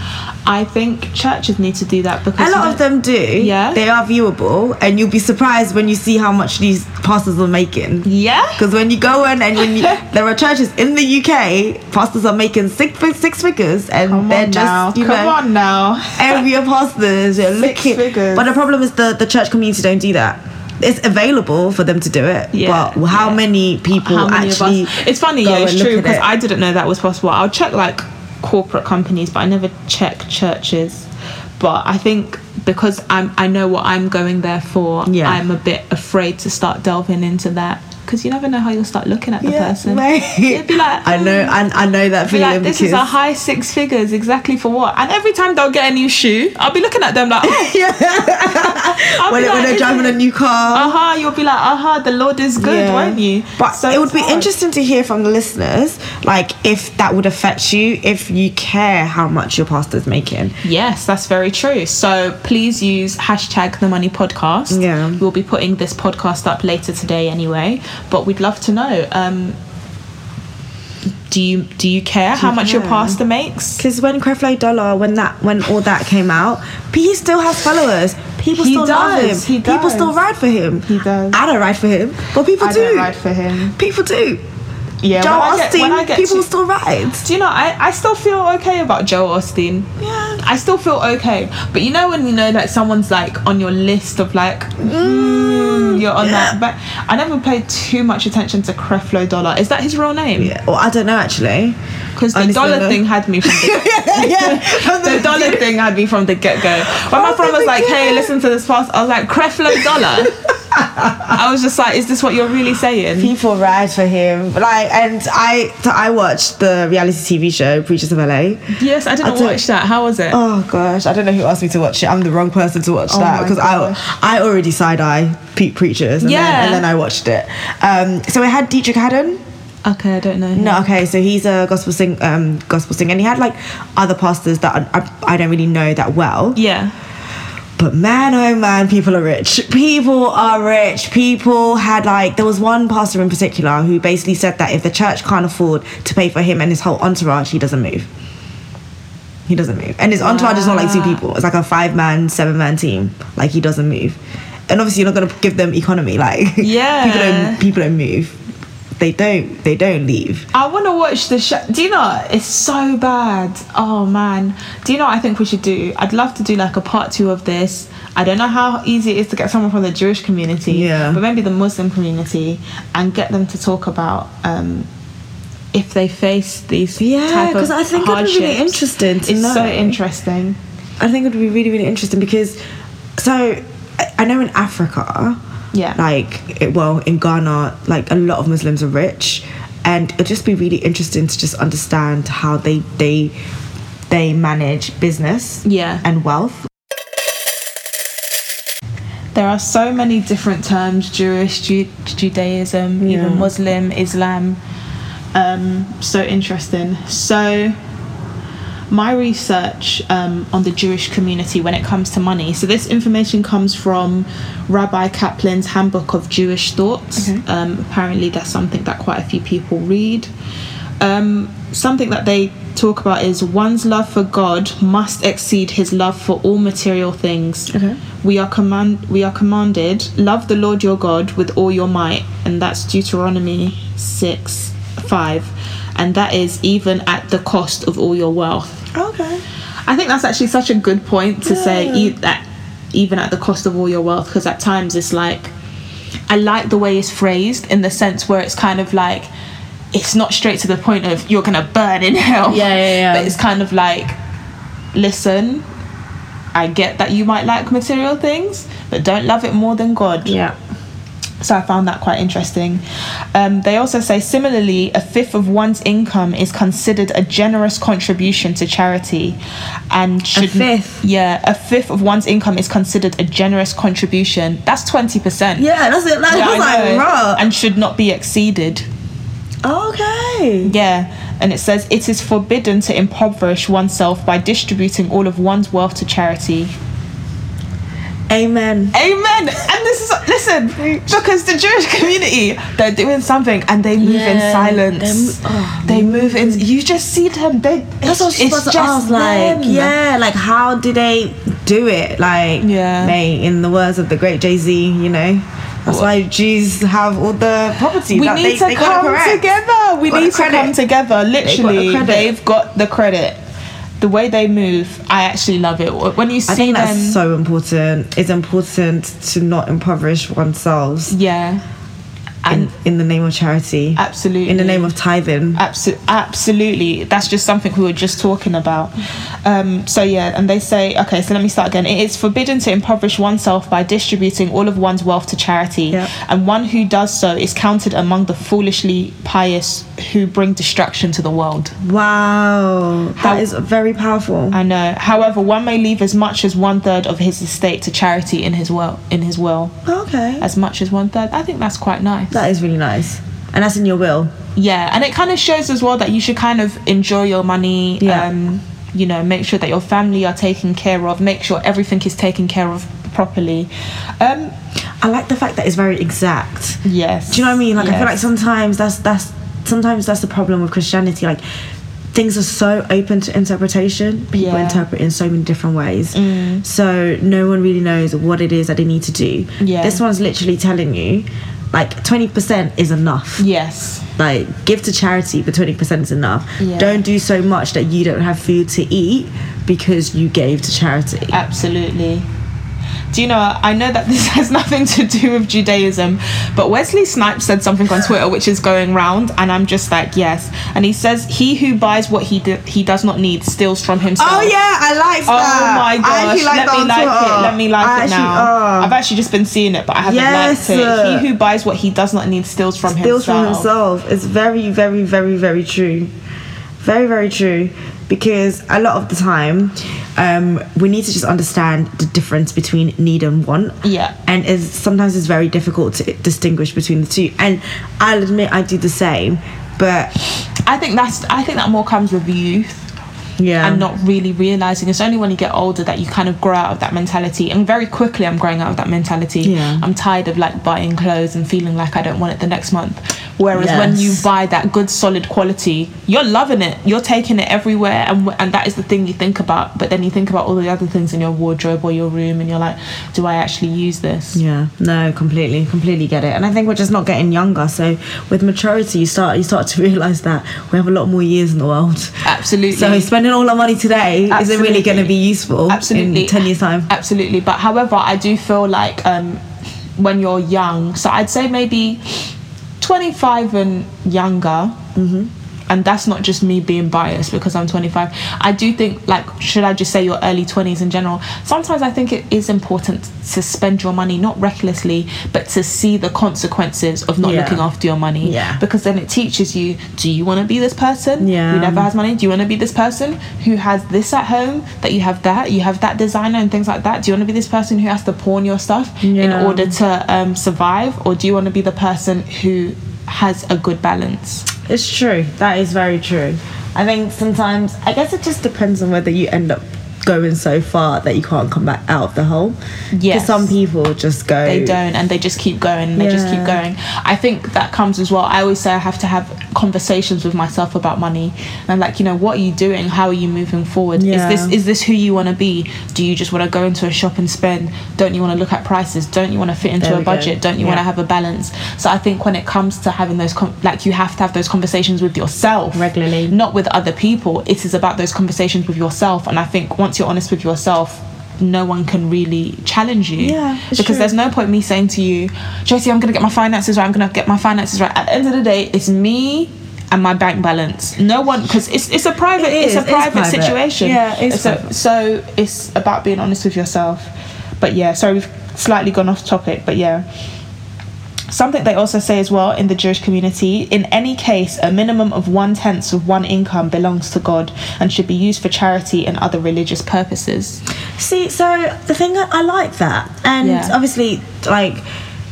Speaker 1: I think churches need to do that because
Speaker 2: A
Speaker 1: you
Speaker 2: lot of
Speaker 1: don't-
Speaker 2: them do.
Speaker 1: Yeah.
Speaker 2: They are viewable, and you'll be surprised when you see how much these pastors are making.
Speaker 1: Yeah.
Speaker 2: Because when you go in and
Speaker 1: [laughs]
Speaker 2: when you, there are churches in the UK, pastors are making six fi- six figures, and
Speaker 1: Come
Speaker 2: they're
Speaker 1: on
Speaker 2: just
Speaker 1: now.
Speaker 2: you
Speaker 1: Come
Speaker 2: know
Speaker 1: on now.
Speaker 2: area pastors are looking.
Speaker 1: figures.
Speaker 2: But the problem is the the church community don't do that. It's available for them to do it,
Speaker 1: Yeah,
Speaker 2: but how
Speaker 1: yeah.
Speaker 2: many people
Speaker 1: How many of
Speaker 2: actually?
Speaker 1: us? It's funny,
Speaker 2: go
Speaker 1: yeah, it's
Speaker 2: and look
Speaker 1: true
Speaker 2: at
Speaker 1: because
Speaker 2: it?
Speaker 1: I didn't know that was possible. I'll check like corporate companies, but I never check churches. But I think because I'm, I know what I'm going there for.
Speaker 2: Yeah.
Speaker 1: I'm a bit afraid to start delving into that because you never know how you'll start looking at the
Speaker 2: Yeah,
Speaker 1: person.
Speaker 2: mate.
Speaker 1: [laughs] You'd be like,
Speaker 2: [laughs]
Speaker 1: um, mm,
Speaker 2: I know, I, I know that
Speaker 1: Be
Speaker 2: feeling
Speaker 1: like, this
Speaker 2: because
Speaker 1: is a high six figures exactly for what? And every time they'll get a new shoe, I'll be looking at them like,
Speaker 2: [laughs]
Speaker 1: oh. I'll
Speaker 2: when,
Speaker 1: be
Speaker 2: it- when
Speaker 1: like,
Speaker 2: they're
Speaker 1: "Isn't
Speaker 2: driving
Speaker 1: it-
Speaker 2: a new car.
Speaker 1: Aha, you'll be like, aha, the Lord is good,
Speaker 2: Yeah.
Speaker 1: won't you?
Speaker 2: But
Speaker 1: So
Speaker 2: it would
Speaker 1: it's
Speaker 2: be
Speaker 1: hard.
Speaker 2: interesting to hear from the listeners, like if that would affect you, if you care how much your pastor's making.
Speaker 1: Yes, that's very true. So please use hashtag the money podcast.
Speaker 2: Yeah.
Speaker 1: We'll be putting this podcast up later today anyway. But we'd love to know. Um do you do you care how much your
Speaker 2: care?
Speaker 1: pastor makes?
Speaker 2: Because when Creflo Dollar, when that, when all that came out, he still has followers. People
Speaker 1: He
Speaker 2: still love him.
Speaker 1: does, he
Speaker 2: People still
Speaker 1: does.
Speaker 2: ride for him.
Speaker 1: He does.
Speaker 2: I don't ride for him, but people do.
Speaker 1: for him.
Speaker 2: people do.
Speaker 1: Yeah.
Speaker 2: Joe
Speaker 1: when I get- when I
Speaker 2: Austin,
Speaker 1: get
Speaker 2: people
Speaker 1: to-
Speaker 2: still ride.
Speaker 1: do you know, I, I still feel okay about Joe Austin.
Speaker 2: Yeah.
Speaker 1: I still feel okay. But you know when you know that someone's like on your list of like mm, you're on that but I never paid too much attention to Creflo Dollar. Is that his real name?
Speaker 2: Yeah. Well, I don't know actually.
Speaker 1: Because the
Speaker 2: Honestly,
Speaker 1: dollar
Speaker 2: no.
Speaker 1: thing had me from the, [laughs]
Speaker 2: yeah. [laughs]
Speaker 1: the dollar thing had me from the get go. When my
Speaker 2: Oh,
Speaker 1: friend
Speaker 2: the
Speaker 1: was like, "Hey,
Speaker 2: get-go.
Speaker 1: listen to this fast," I was like, "Creflo [laughs] dollar." I was just like, "Is this what you're really saying?"
Speaker 2: people ride for him. Like, and I, so I watched the reality TV show Preachers of LA.
Speaker 1: Yes, I didn't
Speaker 2: I don't-
Speaker 1: watch that. How was it?
Speaker 2: Oh gosh, I don't know who asked me to watch it. I'm the wrong person to watch that
Speaker 1: Oh my
Speaker 2: because I, I already side eye Pete Preachers, and,
Speaker 1: Yeah.
Speaker 2: then, and then I watched it. Um, so it had Dietrich Haddon.
Speaker 1: Okay, I don't know.
Speaker 2: No, okay, so he's a gospel sing, um, gospel singer, and he had like other pastors that I, I, I don't really know that well.
Speaker 1: Yeah.
Speaker 2: But man, oh man, people are rich. People are rich. People had like there was one pastor in particular who basically said that if the church can't afford to pay for him and his whole entourage, he doesn't move. He doesn't move, and his entourage is not like two
Speaker 1: Wow.
Speaker 2: people. It's like a five-man, seven-man team. Like he doesn't move, and obviously you're not gonna give them economy. [laughs] Like people
Speaker 1: Yeah.
Speaker 2: don't people don't move. They don't they don't leave.
Speaker 1: I want to watch the show. Do you know? It's so bad. Oh man. Do you know what I think we should do? I'd love to do like a part two of this. I don't know how easy it is to get someone from the Jewish community,
Speaker 2: Yeah.
Speaker 1: but maybe the Muslim community, and get them to talk about um, if they face these
Speaker 2: Yeah,
Speaker 1: type of
Speaker 2: 'cause I think it'd be really
Speaker 1: hardships.
Speaker 2: interesting to
Speaker 1: it's so
Speaker 2: know.
Speaker 1: interesting.
Speaker 2: I think it would be really really interesting because, so I- I know in Africa,
Speaker 1: Yeah.
Speaker 2: like it, well in ghana like a lot of muslims are rich and it'd just be really interesting to just understand how they they they manage business
Speaker 1: Yeah.
Speaker 2: and wealth
Speaker 1: there are so many different terms Jewish, Ju- Judaism, even Muslim, Islam. Um, so interesting. So, my research um, on the Jewish community when it comes to money. So, this information comes from Rabbi Kaplan's Handbook of Jewish Thoughts. Um, apparently, that's something that quite a few people read. Um, something that they talk about is one's love for God must exceed his love for all material things. We are command we are commanded love the Lord your God with all your might, and that's Deuteronomy six five, and that is even at the cost of all your wealth.
Speaker 2: Okay.
Speaker 1: I think that's actually such a good point to say
Speaker 2: Yeah.
Speaker 1: e- that even at the cost of all your wealth, because at times it's like I like the way it's phrased in the sense where it's kind of like it's not straight to the point of you're gonna burn in [laughs] hell.
Speaker 3: Yeah, yeah, yeah.
Speaker 1: But it's kind of like listen, I get that you might like material things, but don't love it more than God.
Speaker 3: Yeah.
Speaker 1: So I found that quite interesting. Um, they also say similarly, a fifth of one's income is considered a generous contribution to charity, and should
Speaker 3: fifth?
Speaker 1: Yeah, a fifth of one's income is considered a generous contribution. That's twenty percent.
Speaker 2: Yeah, that's it. Like, I was like, "Bruh."
Speaker 1: and should not be exceeded.
Speaker 2: Okay.
Speaker 1: Yeah, and it says it is forbidden to impoverish oneself by distributing all of one's wealth to charity.
Speaker 2: Amen.
Speaker 1: Amen. And this is listen because the Jewish community they're doing something and they move in
Speaker 3: Yeah,
Speaker 1: silence.
Speaker 3: they mo- oh,
Speaker 1: they move in. You just see them. They,
Speaker 2: That's what I was
Speaker 1: it's
Speaker 2: supposed to
Speaker 1: just
Speaker 2: ask.
Speaker 1: them.
Speaker 2: Like, yeah, like how do they do it? Like,
Speaker 1: Yeah.
Speaker 2: mate, in the words of the great Jay Z, you know, that's why Jews have all the property.
Speaker 1: We
Speaker 2: that
Speaker 1: need
Speaker 2: they,
Speaker 1: to
Speaker 2: they got
Speaker 1: come
Speaker 2: it correct.
Speaker 1: together. We
Speaker 2: Got
Speaker 1: need
Speaker 2: the
Speaker 1: to come
Speaker 2: credit.
Speaker 1: together. Literally,
Speaker 2: credit.
Speaker 1: they've got the credit. The way they move, I actually love it. When you see
Speaker 2: I think
Speaker 1: them,
Speaker 2: that's so important. It's important to not impoverish oneself
Speaker 1: yeah, and
Speaker 2: in, in the name of charity,
Speaker 1: absolutely
Speaker 2: in the name of tithing.
Speaker 1: Absol- absolutely. That's just something we were just talking about. Um, so, yeah, and they say, okay, so let me start again. It is forbidden to impoverish oneself by distributing all of one's wealth to charity,
Speaker 2: Yep.
Speaker 1: and one who does so is counted among the foolishly pious who bring destruction to the world.
Speaker 2: Mm-hmm. Wow,
Speaker 1: How-
Speaker 2: that is very powerful.
Speaker 1: I know. uh, However, one may leave as much as one third of his estate to charity in his will. In his will,
Speaker 2: Okay,
Speaker 1: as much as one third. I think that's quite nice.
Speaker 2: that is really nice, and that's in your will.
Speaker 1: yeah and it kind of shows as well that you should kind of enjoy your money
Speaker 2: Yeah.
Speaker 1: um you know make sure that your family are taken care of make sure everything is taken care of properly um
Speaker 2: I like the fact that it's very exact.
Speaker 1: yes
Speaker 2: Do you know what I mean? Like I feel like
Speaker 1: Yes.
Speaker 2: sometimes that's that's sometimes that's the problem with Christianity. Like things are so open to interpretation. People
Speaker 1: Yeah. Mm.
Speaker 2: interpret in so many different ways. So no one really knows what it is that they need to do.
Speaker 1: Yeah.
Speaker 2: This one's literally telling you like twenty percent is enough.
Speaker 1: yes
Speaker 2: Like give to charity but twenty percent is enough.
Speaker 1: Yeah.
Speaker 2: Don't do so much that you don't have food to eat because you gave to charity.
Speaker 1: absolutely do you know i know that [laughs] this has nothing to do with judaism but wesley snipes said something on twitter which is going round and i'm just like yes and he says he who buys what he do- he does not need steals from himself
Speaker 2: Oh yeah, I liked
Speaker 1: Oh
Speaker 2: that.
Speaker 1: my
Speaker 2: I
Speaker 1: gosh!
Speaker 2: actually liked
Speaker 1: Let
Speaker 2: that
Speaker 1: me
Speaker 2: on
Speaker 1: like
Speaker 2: Twitter.
Speaker 1: it. Let me like
Speaker 2: I
Speaker 1: it
Speaker 2: actually-
Speaker 1: now.
Speaker 2: oh.
Speaker 1: I've actually just been seeing it, but I haven't
Speaker 2: Yes.
Speaker 1: liked it. He who buys what he does not need steals from himself.
Speaker 2: steals from himself. It's very, very, very, very true. Very, very true. Because a lot of the time, um, we need to just understand the difference between need and want.
Speaker 1: Yeah.
Speaker 2: And is sometimes it's very difficult to distinguish between the two. And I'll admit I do the same, but
Speaker 1: I think that's. I think that more comes with youth.
Speaker 2: yeah,
Speaker 1: And not really realizing it's only when you get older that you kind of grow out of that mentality. And very quickly, I'm growing out of that mentality.
Speaker 2: Yeah.
Speaker 1: I'm tired of like buying clothes and feeling like I don't want it the next month. Whereas when
Speaker 2: Yes.
Speaker 1: you buy that good, solid quality, you're loving it. You're taking it everywhere, and w- and that is the thing you think about. But then you think about all the other things in your wardrobe or your room, and you're like, do I actually use this?
Speaker 2: Yeah, no, completely, completely get it. And I think we're just not getting younger. So with maturity, you start you start to [laughs] realize that we have a lot more years in the world.
Speaker 1: Absolutely.
Speaker 2: So spending all our money today isn't really
Speaker 1: Absolutely.
Speaker 2: going to be useful
Speaker 1: absolutely
Speaker 2: in ten years time.
Speaker 1: absolutely but however i do feel like um when you're young so i'd say maybe 25 and younger
Speaker 2: Mm-hmm.
Speaker 1: and that's not just me being biased because i'm 25 i do think like should i just say your early 20s in general sometimes i think it is important to spend your money not recklessly but to see the consequences of not
Speaker 2: Yeah.
Speaker 1: looking after your money
Speaker 2: Yeah.
Speaker 1: because then it teaches you do you want to be this person who
Speaker 2: Yeah.
Speaker 1: never has money? Do you want to be this person who has this at home that you have that? You have that designer and things like that. Do you want to be this person who has to pawn your stuff in
Speaker 2: Yeah.
Speaker 1: order to um, survive, or do you want to be the person who has a good balance?
Speaker 2: It's true. That is very true. I think sometimes I guess it just depends on whether you end up going so far that you can't come back out of the hole. 'Cause
Speaker 1: Yes.
Speaker 2: some people just go.
Speaker 1: They don't, and they just keep going. And they just keep
Speaker 2: Yeah.
Speaker 1: going. I think that comes as well. I always say I have to have conversations with myself about money and like you know what are you doing how are you moving forward
Speaker 2: Yeah.
Speaker 1: is this is this who you want to be do you just want to go into a shop and spend don't you want to look at prices don't you want to fit into
Speaker 2: There
Speaker 1: a
Speaker 2: we go.
Speaker 1: budget don't you
Speaker 2: Yeah.
Speaker 1: want to have a balance so i think when it comes to having those com- like you have to have those conversations with yourself
Speaker 2: Regularly.
Speaker 1: not with other people it is about those conversations with yourself and i think once you're honest with yourself no one can really challenge you
Speaker 2: Yeah, it's
Speaker 1: because
Speaker 2: true.
Speaker 1: there's no point me saying to you josie i'm going to get my finances right i'm going to get my finances right at the end of the day it's me and my bank balance no one because it's, it's a private
Speaker 2: It
Speaker 1: it's a
Speaker 2: is, it's
Speaker 1: private,
Speaker 2: private.
Speaker 1: situation
Speaker 2: Yeah, it's
Speaker 1: so,
Speaker 2: private.
Speaker 1: so it's about being honest with yourself but yeah sorry we've slightly gone off topic but yeah Something they also say as well in the Jewish community in any case, a minimum of one tenth of one income belongs to God and should be used for charity and other religious purposes.
Speaker 2: See, so the thing I, I like that, and
Speaker 1: Yeah.
Speaker 2: obviously, like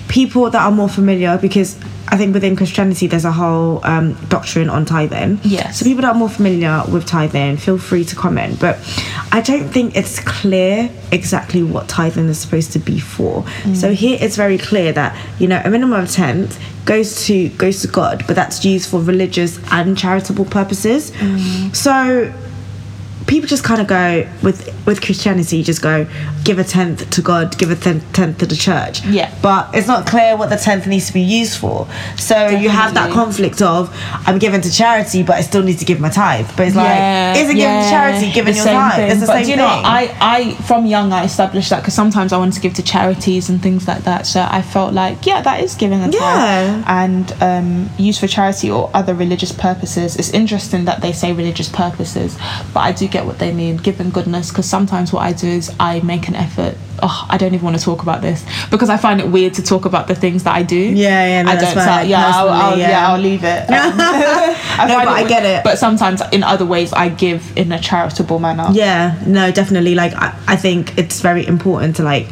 Speaker 2: people that are more familiar because. I think within Christianity, there's a whole um, doctrine on tithing.
Speaker 1: Yes.
Speaker 2: So people that are more familiar with tithing, feel free to comment. But I don't think it's clear exactly what tithing is supposed to be for.
Speaker 1: Mm.
Speaker 2: So here it's very clear that you know a minimum of tenth goes to goes to God, but that's used for religious and charitable purposes.
Speaker 1: Mm.
Speaker 2: So people just kind of go with with Christianity. You just go give a tenth to God, give a ten- tenth to the church.
Speaker 1: Yeah.
Speaker 2: but it's not clear what the tenth needs to be used for. So you have that
Speaker 1: Definitely.
Speaker 2: conflict of I'm giving to charity, but I still need to give my tithe. But it's like, is it giving to charity, giving
Speaker 1: The
Speaker 2: your
Speaker 1: same
Speaker 2: tithe?
Speaker 1: thing.
Speaker 2: It's the
Speaker 1: But
Speaker 2: same
Speaker 1: do you
Speaker 2: thing.
Speaker 1: know, I, I, from young, I established that because sometimes I wanted to give to charities and things like that. So I felt like, yeah, that is giving a
Speaker 2: Yeah.
Speaker 1: tithe and um, used for charity or other religious purposes. It's interesting that they say religious purposes, but I do get what they mean, given goodness, because sometimes what I do is I make an effort. Oh, I don't even want to talk about this because I find it weird to talk about the things that I do.
Speaker 2: Yeah, yeah, no,
Speaker 1: I
Speaker 2: that's
Speaker 1: don't.
Speaker 2: fine.
Speaker 1: so- yeah, I'll,
Speaker 2: Personally,
Speaker 1: I'll, yeah.
Speaker 2: yeah.
Speaker 1: I'll leave
Speaker 2: [laughs]
Speaker 1: it. [laughs] Um, I
Speaker 2: No,
Speaker 1: find
Speaker 2: but I
Speaker 1: we-
Speaker 2: get it.
Speaker 1: But sometimes in other ways, I give in a charitable manner.
Speaker 2: yeah, no, definitely. Like I, I think it's very important to like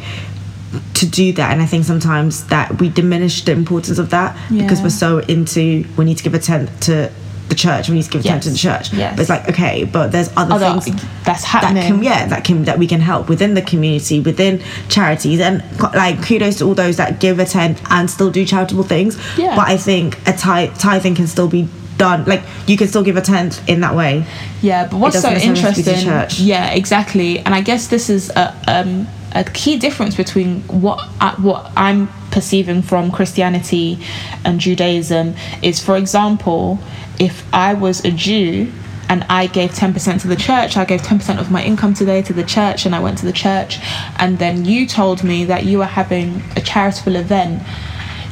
Speaker 2: to do that and i think sometimes that we diminish the importance of that because
Speaker 1: Yeah.
Speaker 2: we're so into we need to give a tenth to the church we need to give a tenth to the
Speaker 1: Yes,
Speaker 2: church
Speaker 1: yes.
Speaker 2: but it's like okay but there's other,
Speaker 1: Other,
Speaker 2: things
Speaker 1: that's
Speaker 2: that
Speaker 1: happening.
Speaker 2: can yeah that can that we can help within the community within charities and co- like kudos to all those that give a tent and still do charitable things
Speaker 1: Yeah.
Speaker 2: but i think a tithe, tithing can still be done like you can still give a tenth in that way
Speaker 1: Yeah, but what's so
Speaker 2: doesn't necessarily have to be the
Speaker 1: interesting?
Speaker 2: church.
Speaker 1: Yeah, exactly. And I guess this is a um, a key difference between what I, what I'm perceiving from Christianity and Judaism is, for example, if I was a Jew and I gave 10% to the church, I gave 10% of my income today to the church, and I went to the church, and then you told me that you were having a charitable event.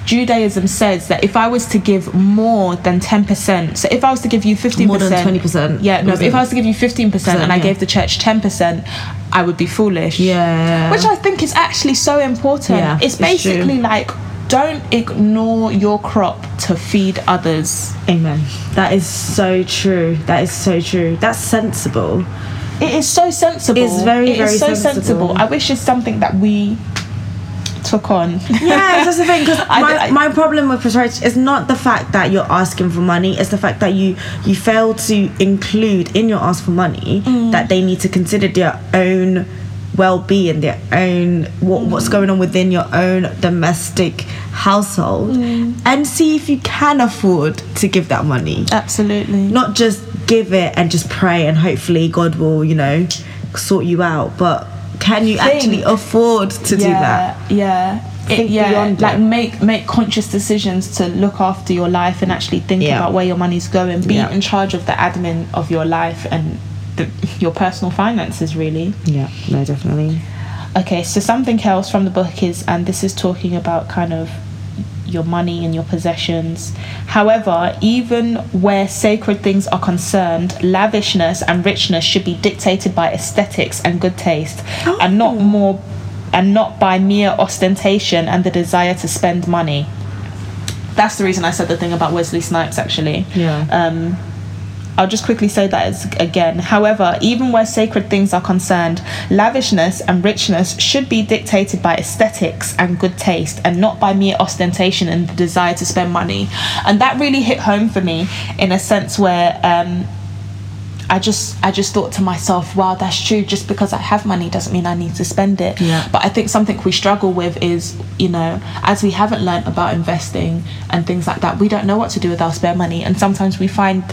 Speaker 1: Judaism says that if I was to give more than 10%, so if I was to give you 15%,
Speaker 2: More than 20%,
Speaker 1: Yeah, no, but if I was to give you 15% and I
Speaker 2: yeah.
Speaker 1: gave the church 10%, I would be foolish.
Speaker 2: Yeah.
Speaker 1: Which I think is actually so important.
Speaker 2: Yeah,
Speaker 1: it's
Speaker 2: it's true.
Speaker 1: basically like don't ignore your crop to feed others.
Speaker 2: amen that is so true that is so true that's sensible
Speaker 1: It is so sensible.
Speaker 2: It's very,
Speaker 1: It is
Speaker 2: very
Speaker 1: so
Speaker 2: sensible.
Speaker 1: sensible. I wish it's something that we took on.
Speaker 2: [laughs] yeah, that's the thing. Because
Speaker 1: [laughs] I-
Speaker 2: my,
Speaker 1: I-
Speaker 2: my problem with prosperity is not the fact that you're asking for money; it's the fact that you you fail to include in your ask for money that they need to consider their own well-being, their own what what's going on within your own domestic household, and see if you can afford to give that money
Speaker 1: Absolutely.
Speaker 2: not just give it and just pray and hopefully God will, you know, sort you out, but can you actually
Speaker 1: Think.
Speaker 2: afford to do that?
Speaker 1: Yeah. It-
Speaker 2: Think
Speaker 1: yeah,
Speaker 2: beyond
Speaker 1: like
Speaker 2: it.
Speaker 1: make make conscious decisions to look after your life and actually think
Speaker 2: Yeah.
Speaker 1: about where your money's going. Be
Speaker 2: Yeah.
Speaker 1: in charge of the admin of your life and the, your personal finances, really.
Speaker 2: Yeah, no, definitely.
Speaker 1: Okay, so something else from the book is, and this is talking about kind of your money and your possessions. However, even where sacred things are concerned, lavishness and richness should be dictated by aesthetics and good taste, and not more, and not by mere ostentation and the desire to spend money. That's the reason I said the thing about Wesley Snipes, actually.
Speaker 2: Yeah.
Speaker 1: Um, I'll just quickly say that as- again. However, even where sacred things are concerned, lavishness and richness should be dictated by aesthetics and good taste and not by mere ostentation and the desire to spend money. And that really hit home for me in a sense where um, I just I just thought to myself, wow, that's true. Just because I have money doesn't mean I need to spend it.
Speaker 2: Yeah.
Speaker 1: But I think something we struggle with is, you know, as we haven't learned about investing and things like that, we don't know what to do with our spare money, and sometimes we find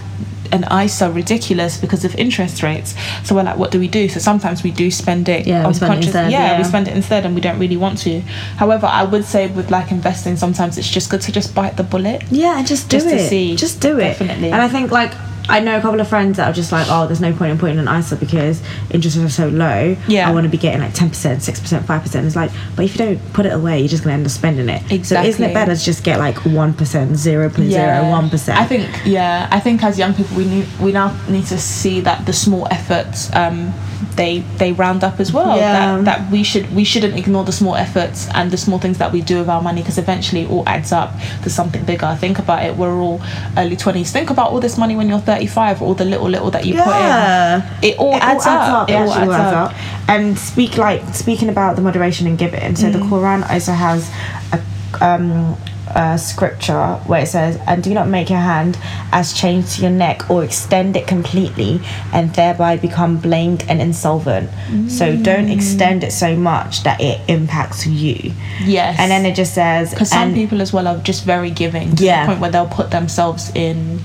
Speaker 1: an ISA ridiculous because of interest rates. So we're like, what do we do? So sometimes we do spend it.
Speaker 3: Yeah, we spend it
Speaker 1: unconscious-
Speaker 3: instead,
Speaker 1: yeah, we
Speaker 3: yeah.
Speaker 1: spend it instead, and we don't really want to. However, I would say with like investing, sometimes it's just good to just bite the bullet.
Speaker 3: Yeah, and just do
Speaker 1: Just to
Speaker 3: it.
Speaker 1: see.
Speaker 3: Just do it.
Speaker 1: Definitely.
Speaker 3: And
Speaker 2: And I think like I know a couple of friends that are just like, oh, there's no point in putting an ISA because interest rates are so low.
Speaker 1: Yeah.
Speaker 2: I want to be getting like ten percent, six percent, five percent. It's like, but if you don't put it away, you're just gonna end up spending it. So isn't
Speaker 1: Exactly.
Speaker 2: it better to just get like one percent, zero point
Speaker 1: yeah.
Speaker 2: zero one percent?
Speaker 1: I think yeah, I think as young people we need, we now need to see that the small efforts um, they they round up as well.
Speaker 2: Yeah.
Speaker 1: That, that we should we shouldn't ignore the small efforts and the small things that we do with our money because eventually it all adds up to something bigger. Think about it. We're all early twenties. Think about all this money when you're thirty five. All the little little that you
Speaker 2: Yeah.
Speaker 1: put in. It all, adds, up. It all
Speaker 2: actually
Speaker 1: adds up.
Speaker 2: And speak like speaking about the moderation and giving. So the
Speaker 1: Mm.
Speaker 2: Quran also has a, um, a scripture where it says, "And do not make your hand as chain to your neck, or extend it completely, and thereby become blamed and insolvent. So don't
Speaker 1: Mm.
Speaker 2: extend it so much that it impacts you."
Speaker 1: Yes.
Speaker 2: And then it just says,
Speaker 1: because some
Speaker 2: and-
Speaker 1: people as well are just very giving to
Speaker 2: Yeah.
Speaker 1: the point where they'll put themselves in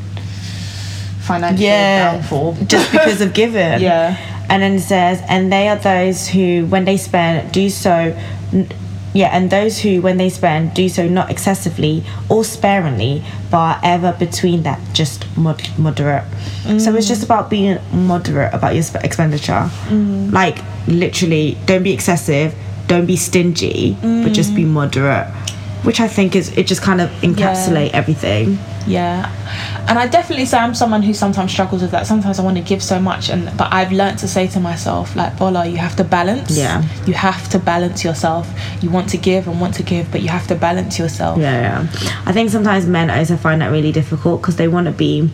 Speaker 1: financial
Speaker 2: yeah,
Speaker 1: downfall.
Speaker 2: [laughs] just because of giving.
Speaker 1: Yeah.
Speaker 2: And then it says, and they are those who, when they spend, do so. n- Yeah, and those who, when they spend, do so not excessively or sparingly, but are ever between that, just mod- moderate. So it's just about being moderate about your sp- expenditure. Like literally, don't be excessive, don't be stingy, but just be moderate. Which I think is it just kind of encapsulate everything.
Speaker 1: Yeah, and I definitely say I'm someone who sometimes struggles with that. Sometimes I want to give so much, and but I've learnt to say to myself, like Bola, you have to balance.
Speaker 2: Yeah.
Speaker 1: you have to balance yourself. You want to give and want to give, but you have to balance yourself.
Speaker 2: Yeah, yeah. I think sometimes men also find that really difficult because they want to be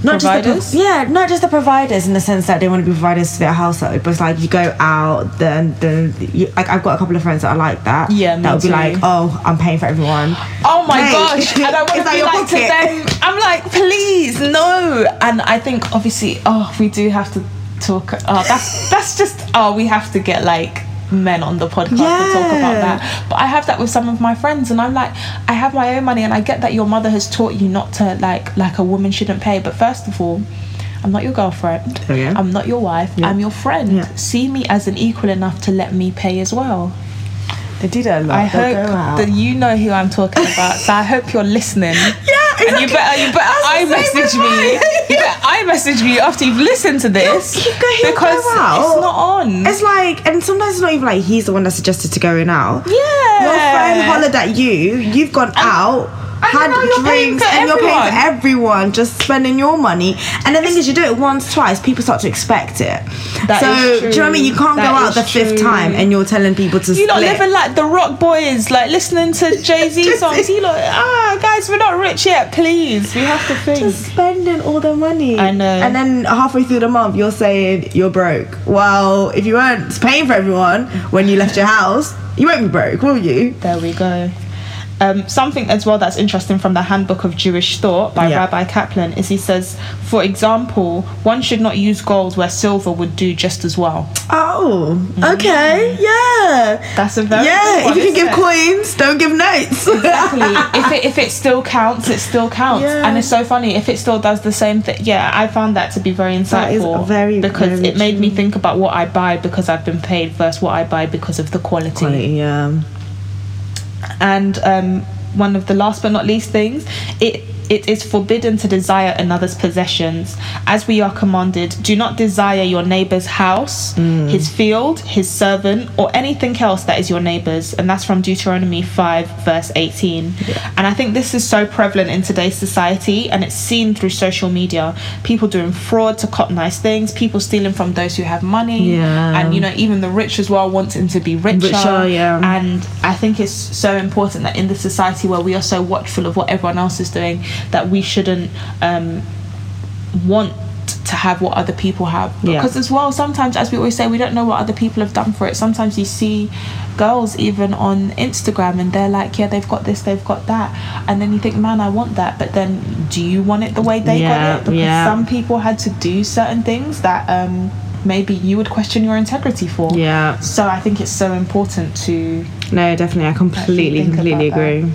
Speaker 2: not
Speaker 1: Providers?
Speaker 2: just the, pro- yeah, not just the providers in the sense that they want to be providers to their household, but it's like you go out, then then you, like I've got a couple of friends that are like that.
Speaker 1: Yeah, me
Speaker 2: that would
Speaker 1: too.
Speaker 2: be like, oh, I'm paying for everyone.
Speaker 1: Oh my
Speaker 2: Mate,
Speaker 1: gosh!
Speaker 2: [laughs]
Speaker 1: And I want to
Speaker 2: it's out
Speaker 1: be
Speaker 2: your
Speaker 1: like to
Speaker 2: pocket.
Speaker 1: them. I'm like, please, no. And I think obviously, oh, we do have to talk. Oh, that's that's just. Oh, we have to get like men on the podcast to talk about
Speaker 2: Yeah.
Speaker 1: that. But I have that with some of my friends, and I'm like, I have my own money, and I get that your mother has taught you not to like like a woman shouldn't pay. But first of all. I'm not your girlfriend.
Speaker 2: Okay.
Speaker 1: I'm not your wife. I'm your friend.
Speaker 2: Yeah.
Speaker 1: See me as an equal enough to let me pay as well.
Speaker 2: They do that a lot.
Speaker 1: I
Speaker 2: They'll go out.
Speaker 1: hope that you know who I'm talking about. so I hope you're listening.
Speaker 2: [laughs] Yeah,
Speaker 1: And you
Speaker 2: exactly.
Speaker 1: better, you better I
Speaker 2: That's the
Speaker 1: message
Speaker 2: same with
Speaker 1: me.
Speaker 2: mine.
Speaker 1: You better I message me after you've listened to this
Speaker 2: You go- he'll go
Speaker 1: because
Speaker 2: out.
Speaker 1: it's not on.
Speaker 2: It's like, and sometimes it's not even like he's the one that suggested to going out.
Speaker 1: yeah.
Speaker 2: Your friend hollered at you. You've gone out, had
Speaker 1: now you're paying
Speaker 2: drinks,
Speaker 1: for
Speaker 2: and you're paying for everyone, just spending your money. And the thing is, you do it once, twice, people start to expect it.
Speaker 1: That
Speaker 2: so
Speaker 1: is
Speaker 2: do you know what I mean? You
Speaker 1: true.
Speaker 2: can't
Speaker 1: That
Speaker 2: go
Speaker 1: is
Speaker 2: out the fifth
Speaker 1: true.
Speaker 2: time, and you're telling people to
Speaker 1: You lot
Speaker 2: split.
Speaker 1: living like the rock boys, like listening
Speaker 2: [laughs]
Speaker 1: to Jay Z
Speaker 2: Just-
Speaker 1: songs. You lot, ah, guys, we're not rich yet. Please, we have to think.
Speaker 2: Just spending all their money.
Speaker 1: I know.
Speaker 2: And then halfway through the month, you're saying you're broke. Well, if you weren't paying for everyone when you left your house, you won't be broke, will you?
Speaker 1: There we go. Um, something as well that's interesting from the Handbook of Jewish Thought by
Speaker 2: Yeah.
Speaker 1: Rabbi Kaplan is he says, for example, one should not use gold where silver would do just as well.
Speaker 2: Oh, okay, yeah.
Speaker 1: Mm-hmm. That's a very good
Speaker 2: yeah,
Speaker 1: one,
Speaker 2: if you can
Speaker 1: isn't
Speaker 2: give
Speaker 1: it?
Speaker 2: coins, don't give
Speaker 1: [laughs]
Speaker 2: notes.
Speaker 1: exactly. If it if it still counts, it still counts,
Speaker 2: Yeah.
Speaker 1: and it's so funny. If it still does the same thing, yeah, I found that to be very insightful.
Speaker 2: That is very,
Speaker 1: because
Speaker 2: very
Speaker 1: it made me think about what I buy because I've been paid versus what I buy because of the quality.
Speaker 2: yeah.
Speaker 1: And um, one of the last but not least things, it it is forbidden to desire another's possessions, as we are commanded. Do not desire your neighbor's house, his field, his servant, or anything else that is your neighbor's. And that's from Deuteronomy five verse eighteen. And I think this is so prevalent in today's society, and it's seen through social media. People doing fraud to cop nice things, people stealing from those who have money,
Speaker 2: Yeah.
Speaker 1: and you know even the rich as well wanting to be richer.
Speaker 2: Richer, yeah.
Speaker 1: And I think it's so important that in the society where we are so watchful of what everyone else is doing, that we shouldn't um, want to have what other people have
Speaker 2: Yeah.
Speaker 1: because as well sometimes as we always say we don't know what other people have done for it sometimes you see girls even on instagram and they're like yeah they've got this they've got that and then you think man i want that but then do you want it the way they
Speaker 2: Yeah,
Speaker 1: got it because
Speaker 2: yeah.
Speaker 1: some people had to do certain things that um maybe you would question your integrity for
Speaker 2: Yeah.
Speaker 1: so i think it's so important to
Speaker 2: No, definitely. I completely,
Speaker 1: think
Speaker 2: completely
Speaker 1: about that.
Speaker 2: agree.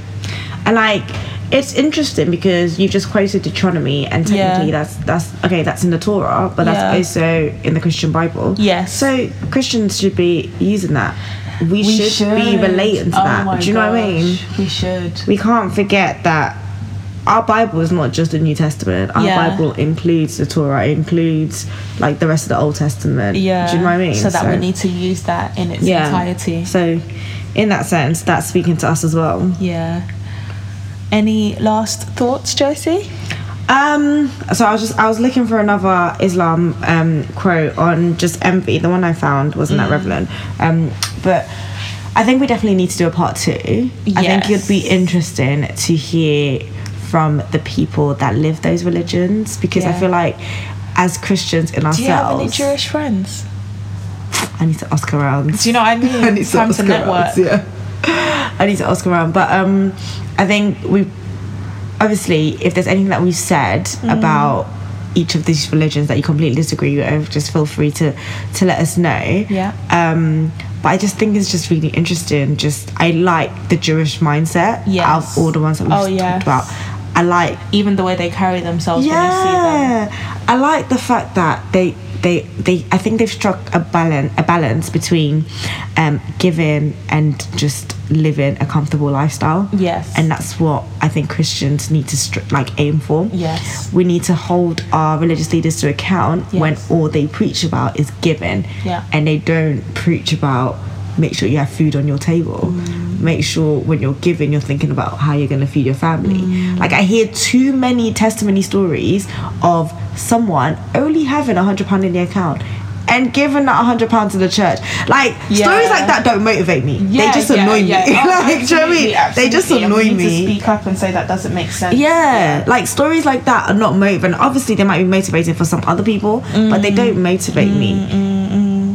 Speaker 2: And like, it's interesting because you've just quoted Deuteronomy, and
Speaker 1: Yeah.
Speaker 2: technically that's that's okay. That's in the Torah, but that's
Speaker 1: Yeah.
Speaker 2: also in the Christian Bible.
Speaker 1: Yes.
Speaker 2: So Christians should be using that. We,
Speaker 1: we
Speaker 2: should, be relating to
Speaker 1: Oh my
Speaker 2: that. Do you know what I mean?
Speaker 1: gosh, we should
Speaker 2: We can't forget that our Bible is not just the New Testament. Our
Speaker 1: Yeah.
Speaker 2: Bible includes the Torah, it includes like the rest of the Old Testament.
Speaker 1: yeah
Speaker 2: Do you know what I mean?
Speaker 1: so that we need to use that in its entirety
Speaker 2: So, in that sense, that's speaking to us as well.
Speaker 1: yeah any last thoughts josie
Speaker 2: Um, so I was just I was looking for another Islam um, quote on just envy. The one I found wasn't
Speaker 1: Mm.
Speaker 2: that relevant, um, but I think we definitely need to do a part two. I
Speaker 1: Yes.
Speaker 2: think it'd be interesting to hear from the people that live those religions because I
Speaker 1: Yeah.
Speaker 2: feel like as Christians in
Speaker 1: do you have any
Speaker 2: ourselves,
Speaker 1: jewish friends
Speaker 2: I need to ask around.
Speaker 1: do you know what i mean
Speaker 2: [laughs] I need to
Speaker 1: time
Speaker 2: ask
Speaker 1: to network
Speaker 2: around, yeah. [laughs] I need to ask around, but um, I think we obviously if there's anything that we've said about each of these religions that you completely disagree with, just feel free to to let us know.
Speaker 1: Yeah.
Speaker 2: Um, but I just think it's just really interesting. Just I like the Jewish mindset
Speaker 1: Yes.
Speaker 2: out of all the ones that we've
Speaker 1: Oh, yes.
Speaker 2: talked about. I like
Speaker 1: even the way they carry themselves when you see them
Speaker 2: yeah, I like the fact that they they they. I think they've struck a balance a balance between um, giving and just living a comfortable lifestyle.
Speaker 1: Yes.
Speaker 2: and that's what I think Christians need to stri- like aim for.
Speaker 1: Yes.
Speaker 2: we need to hold our religious leaders to account when
Speaker 1: Yes.
Speaker 2: all they preach about is giving.
Speaker 1: Yeah.
Speaker 2: and they don't preach about make sure you have food on your table.
Speaker 1: Mm.
Speaker 2: Make sure when you're giving, you're thinking about how you're going to feed your family.
Speaker 1: Mm.
Speaker 2: Like I hear too many testimony stories of someone only having a hundred pound in their account and giving that hundred pound to the church. Like
Speaker 1: Yeah.
Speaker 2: stories like that don't motivate me.
Speaker 1: Yeah,
Speaker 2: they just
Speaker 1: yeah,
Speaker 2: annoy
Speaker 1: yeah.
Speaker 2: me.
Speaker 1: Oh,
Speaker 2: [laughs] like do you know what I mean?
Speaker 1: absolutely,
Speaker 2: They just
Speaker 1: absolutely. And
Speaker 2: annoy
Speaker 1: we need
Speaker 2: me.
Speaker 1: to speak up and say that doesn't make sense
Speaker 2: Yeah, like stories like that are not motivating. Obviously, they might be motivating for some other people, but they don't motivate me.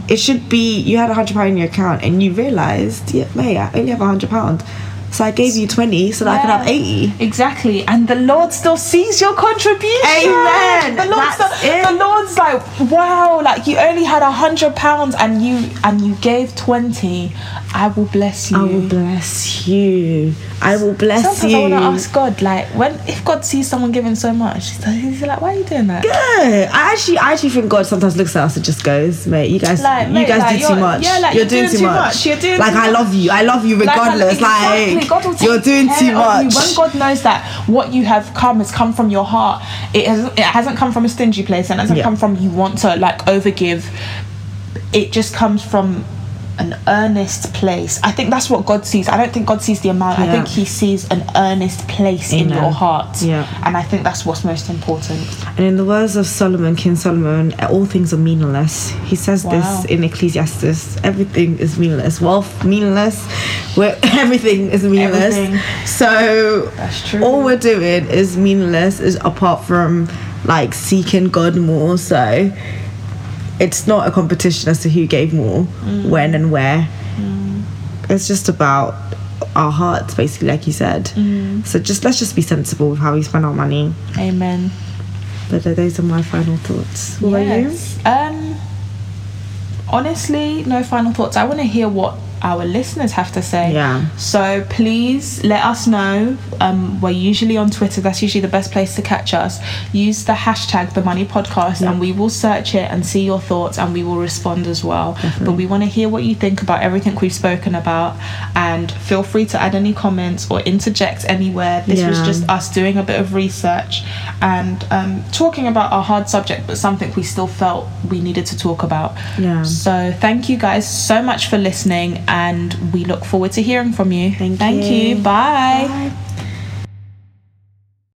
Speaker 2: It should be you had a hundred pound in your account and you realised, yeah, mate, I only have a hundred pound, so I gave you twenty so that I could have
Speaker 1: Yeah.
Speaker 2: eighty.
Speaker 1: Exactly, and the Lord still sees your contribution.
Speaker 2: Amen.
Speaker 1: The Lord,
Speaker 2: That's
Speaker 1: still-
Speaker 2: it.
Speaker 1: the Lord's like, wow, like you only had a hundred pounds, and you and you gave twenty. I will bless you.
Speaker 2: I will bless you. I will bless
Speaker 1: Sometimes
Speaker 2: you.
Speaker 1: I want to ask God, like, when if God sees someone giving so much, he's like- he's like, why are you doing that?
Speaker 2: Yeah, I actually, I actually think God sometimes looks at us and just goes, "Mate, you guys,
Speaker 1: Like,
Speaker 2: you
Speaker 1: mate,
Speaker 2: guys
Speaker 1: like,
Speaker 2: do too
Speaker 1: you're-
Speaker 2: much.
Speaker 1: yeah, like,
Speaker 2: you're, doing, too much.
Speaker 1: You're doing
Speaker 2: like
Speaker 1: too
Speaker 2: I
Speaker 1: much.
Speaker 2: love you. I love you
Speaker 1: Like,
Speaker 2: regardless.
Speaker 1: exactly,
Speaker 2: Like,
Speaker 1: God will take
Speaker 2: you're doing
Speaker 1: care
Speaker 2: too
Speaker 1: of you.
Speaker 2: much.
Speaker 1: When God knows that what you have come has come from your heart, it hasn't, it hasn't come from a stingy place and it hasn't
Speaker 2: Yeah.
Speaker 1: come from you want to like overgive. It just comes from an earnest place. I think that's what God sees. I don't think God sees the amount. I
Speaker 2: Yeah.
Speaker 1: think He sees an earnest place in
Speaker 2: Amen.
Speaker 1: your heart.
Speaker 2: Yeah.
Speaker 1: And I think that's what's most important.
Speaker 2: And in the words of Solomon, King Solomon, all things are meaningless. He says
Speaker 1: Wow.
Speaker 2: this in Ecclesiastes. Everything is meaningless. Wealth meaninless. We're, [laughs] everything is meaninless.
Speaker 1: Everything.
Speaker 2: So
Speaker 1: That's true.
Speaker 2: all we're doing is meaningless. Is apart from like seeking God more. So it's not a competition as to who gave more,
Speaker 1: Mm.
Speaker 2: when and where. It's just about our hearts, basically, like you said.
Speaker 1: Mm.
Speaker 2: So just let's just be sensible with how we spend our money.
Speaker 1: Amen.
Speaker 2: But uh, those are my final thoughts. What
Speaker 1: yes. Um, honestly, no final thoughts. I want to hear what our listeners have to say.
Speaker 2: Yeah.
Speaker 1: So please let us know. Um, we're usually on Twitter. That's usually the best place to catch us. Use the hashtag The Money Podcast, and we will search it and see your thoughts, and we will respond as well. But we want to hear what you think about everything we've spoken about, and feel free to add any comments or interject anywhere. This was
Speaker 2: Yeah.
Speaker 1: just us doing a bit of research and um, talking about our hard subject, but something we still felt we needed to talk about.
Speaker 2: Yeah.
Speaker 1: So thank you guys so much for listening, and we look forward to hearing from you.
Speaker 2: Thank
Speaker 1: thank you.
Speaker 2: you.
Speaker 1: Bye.
Speaker 2: you?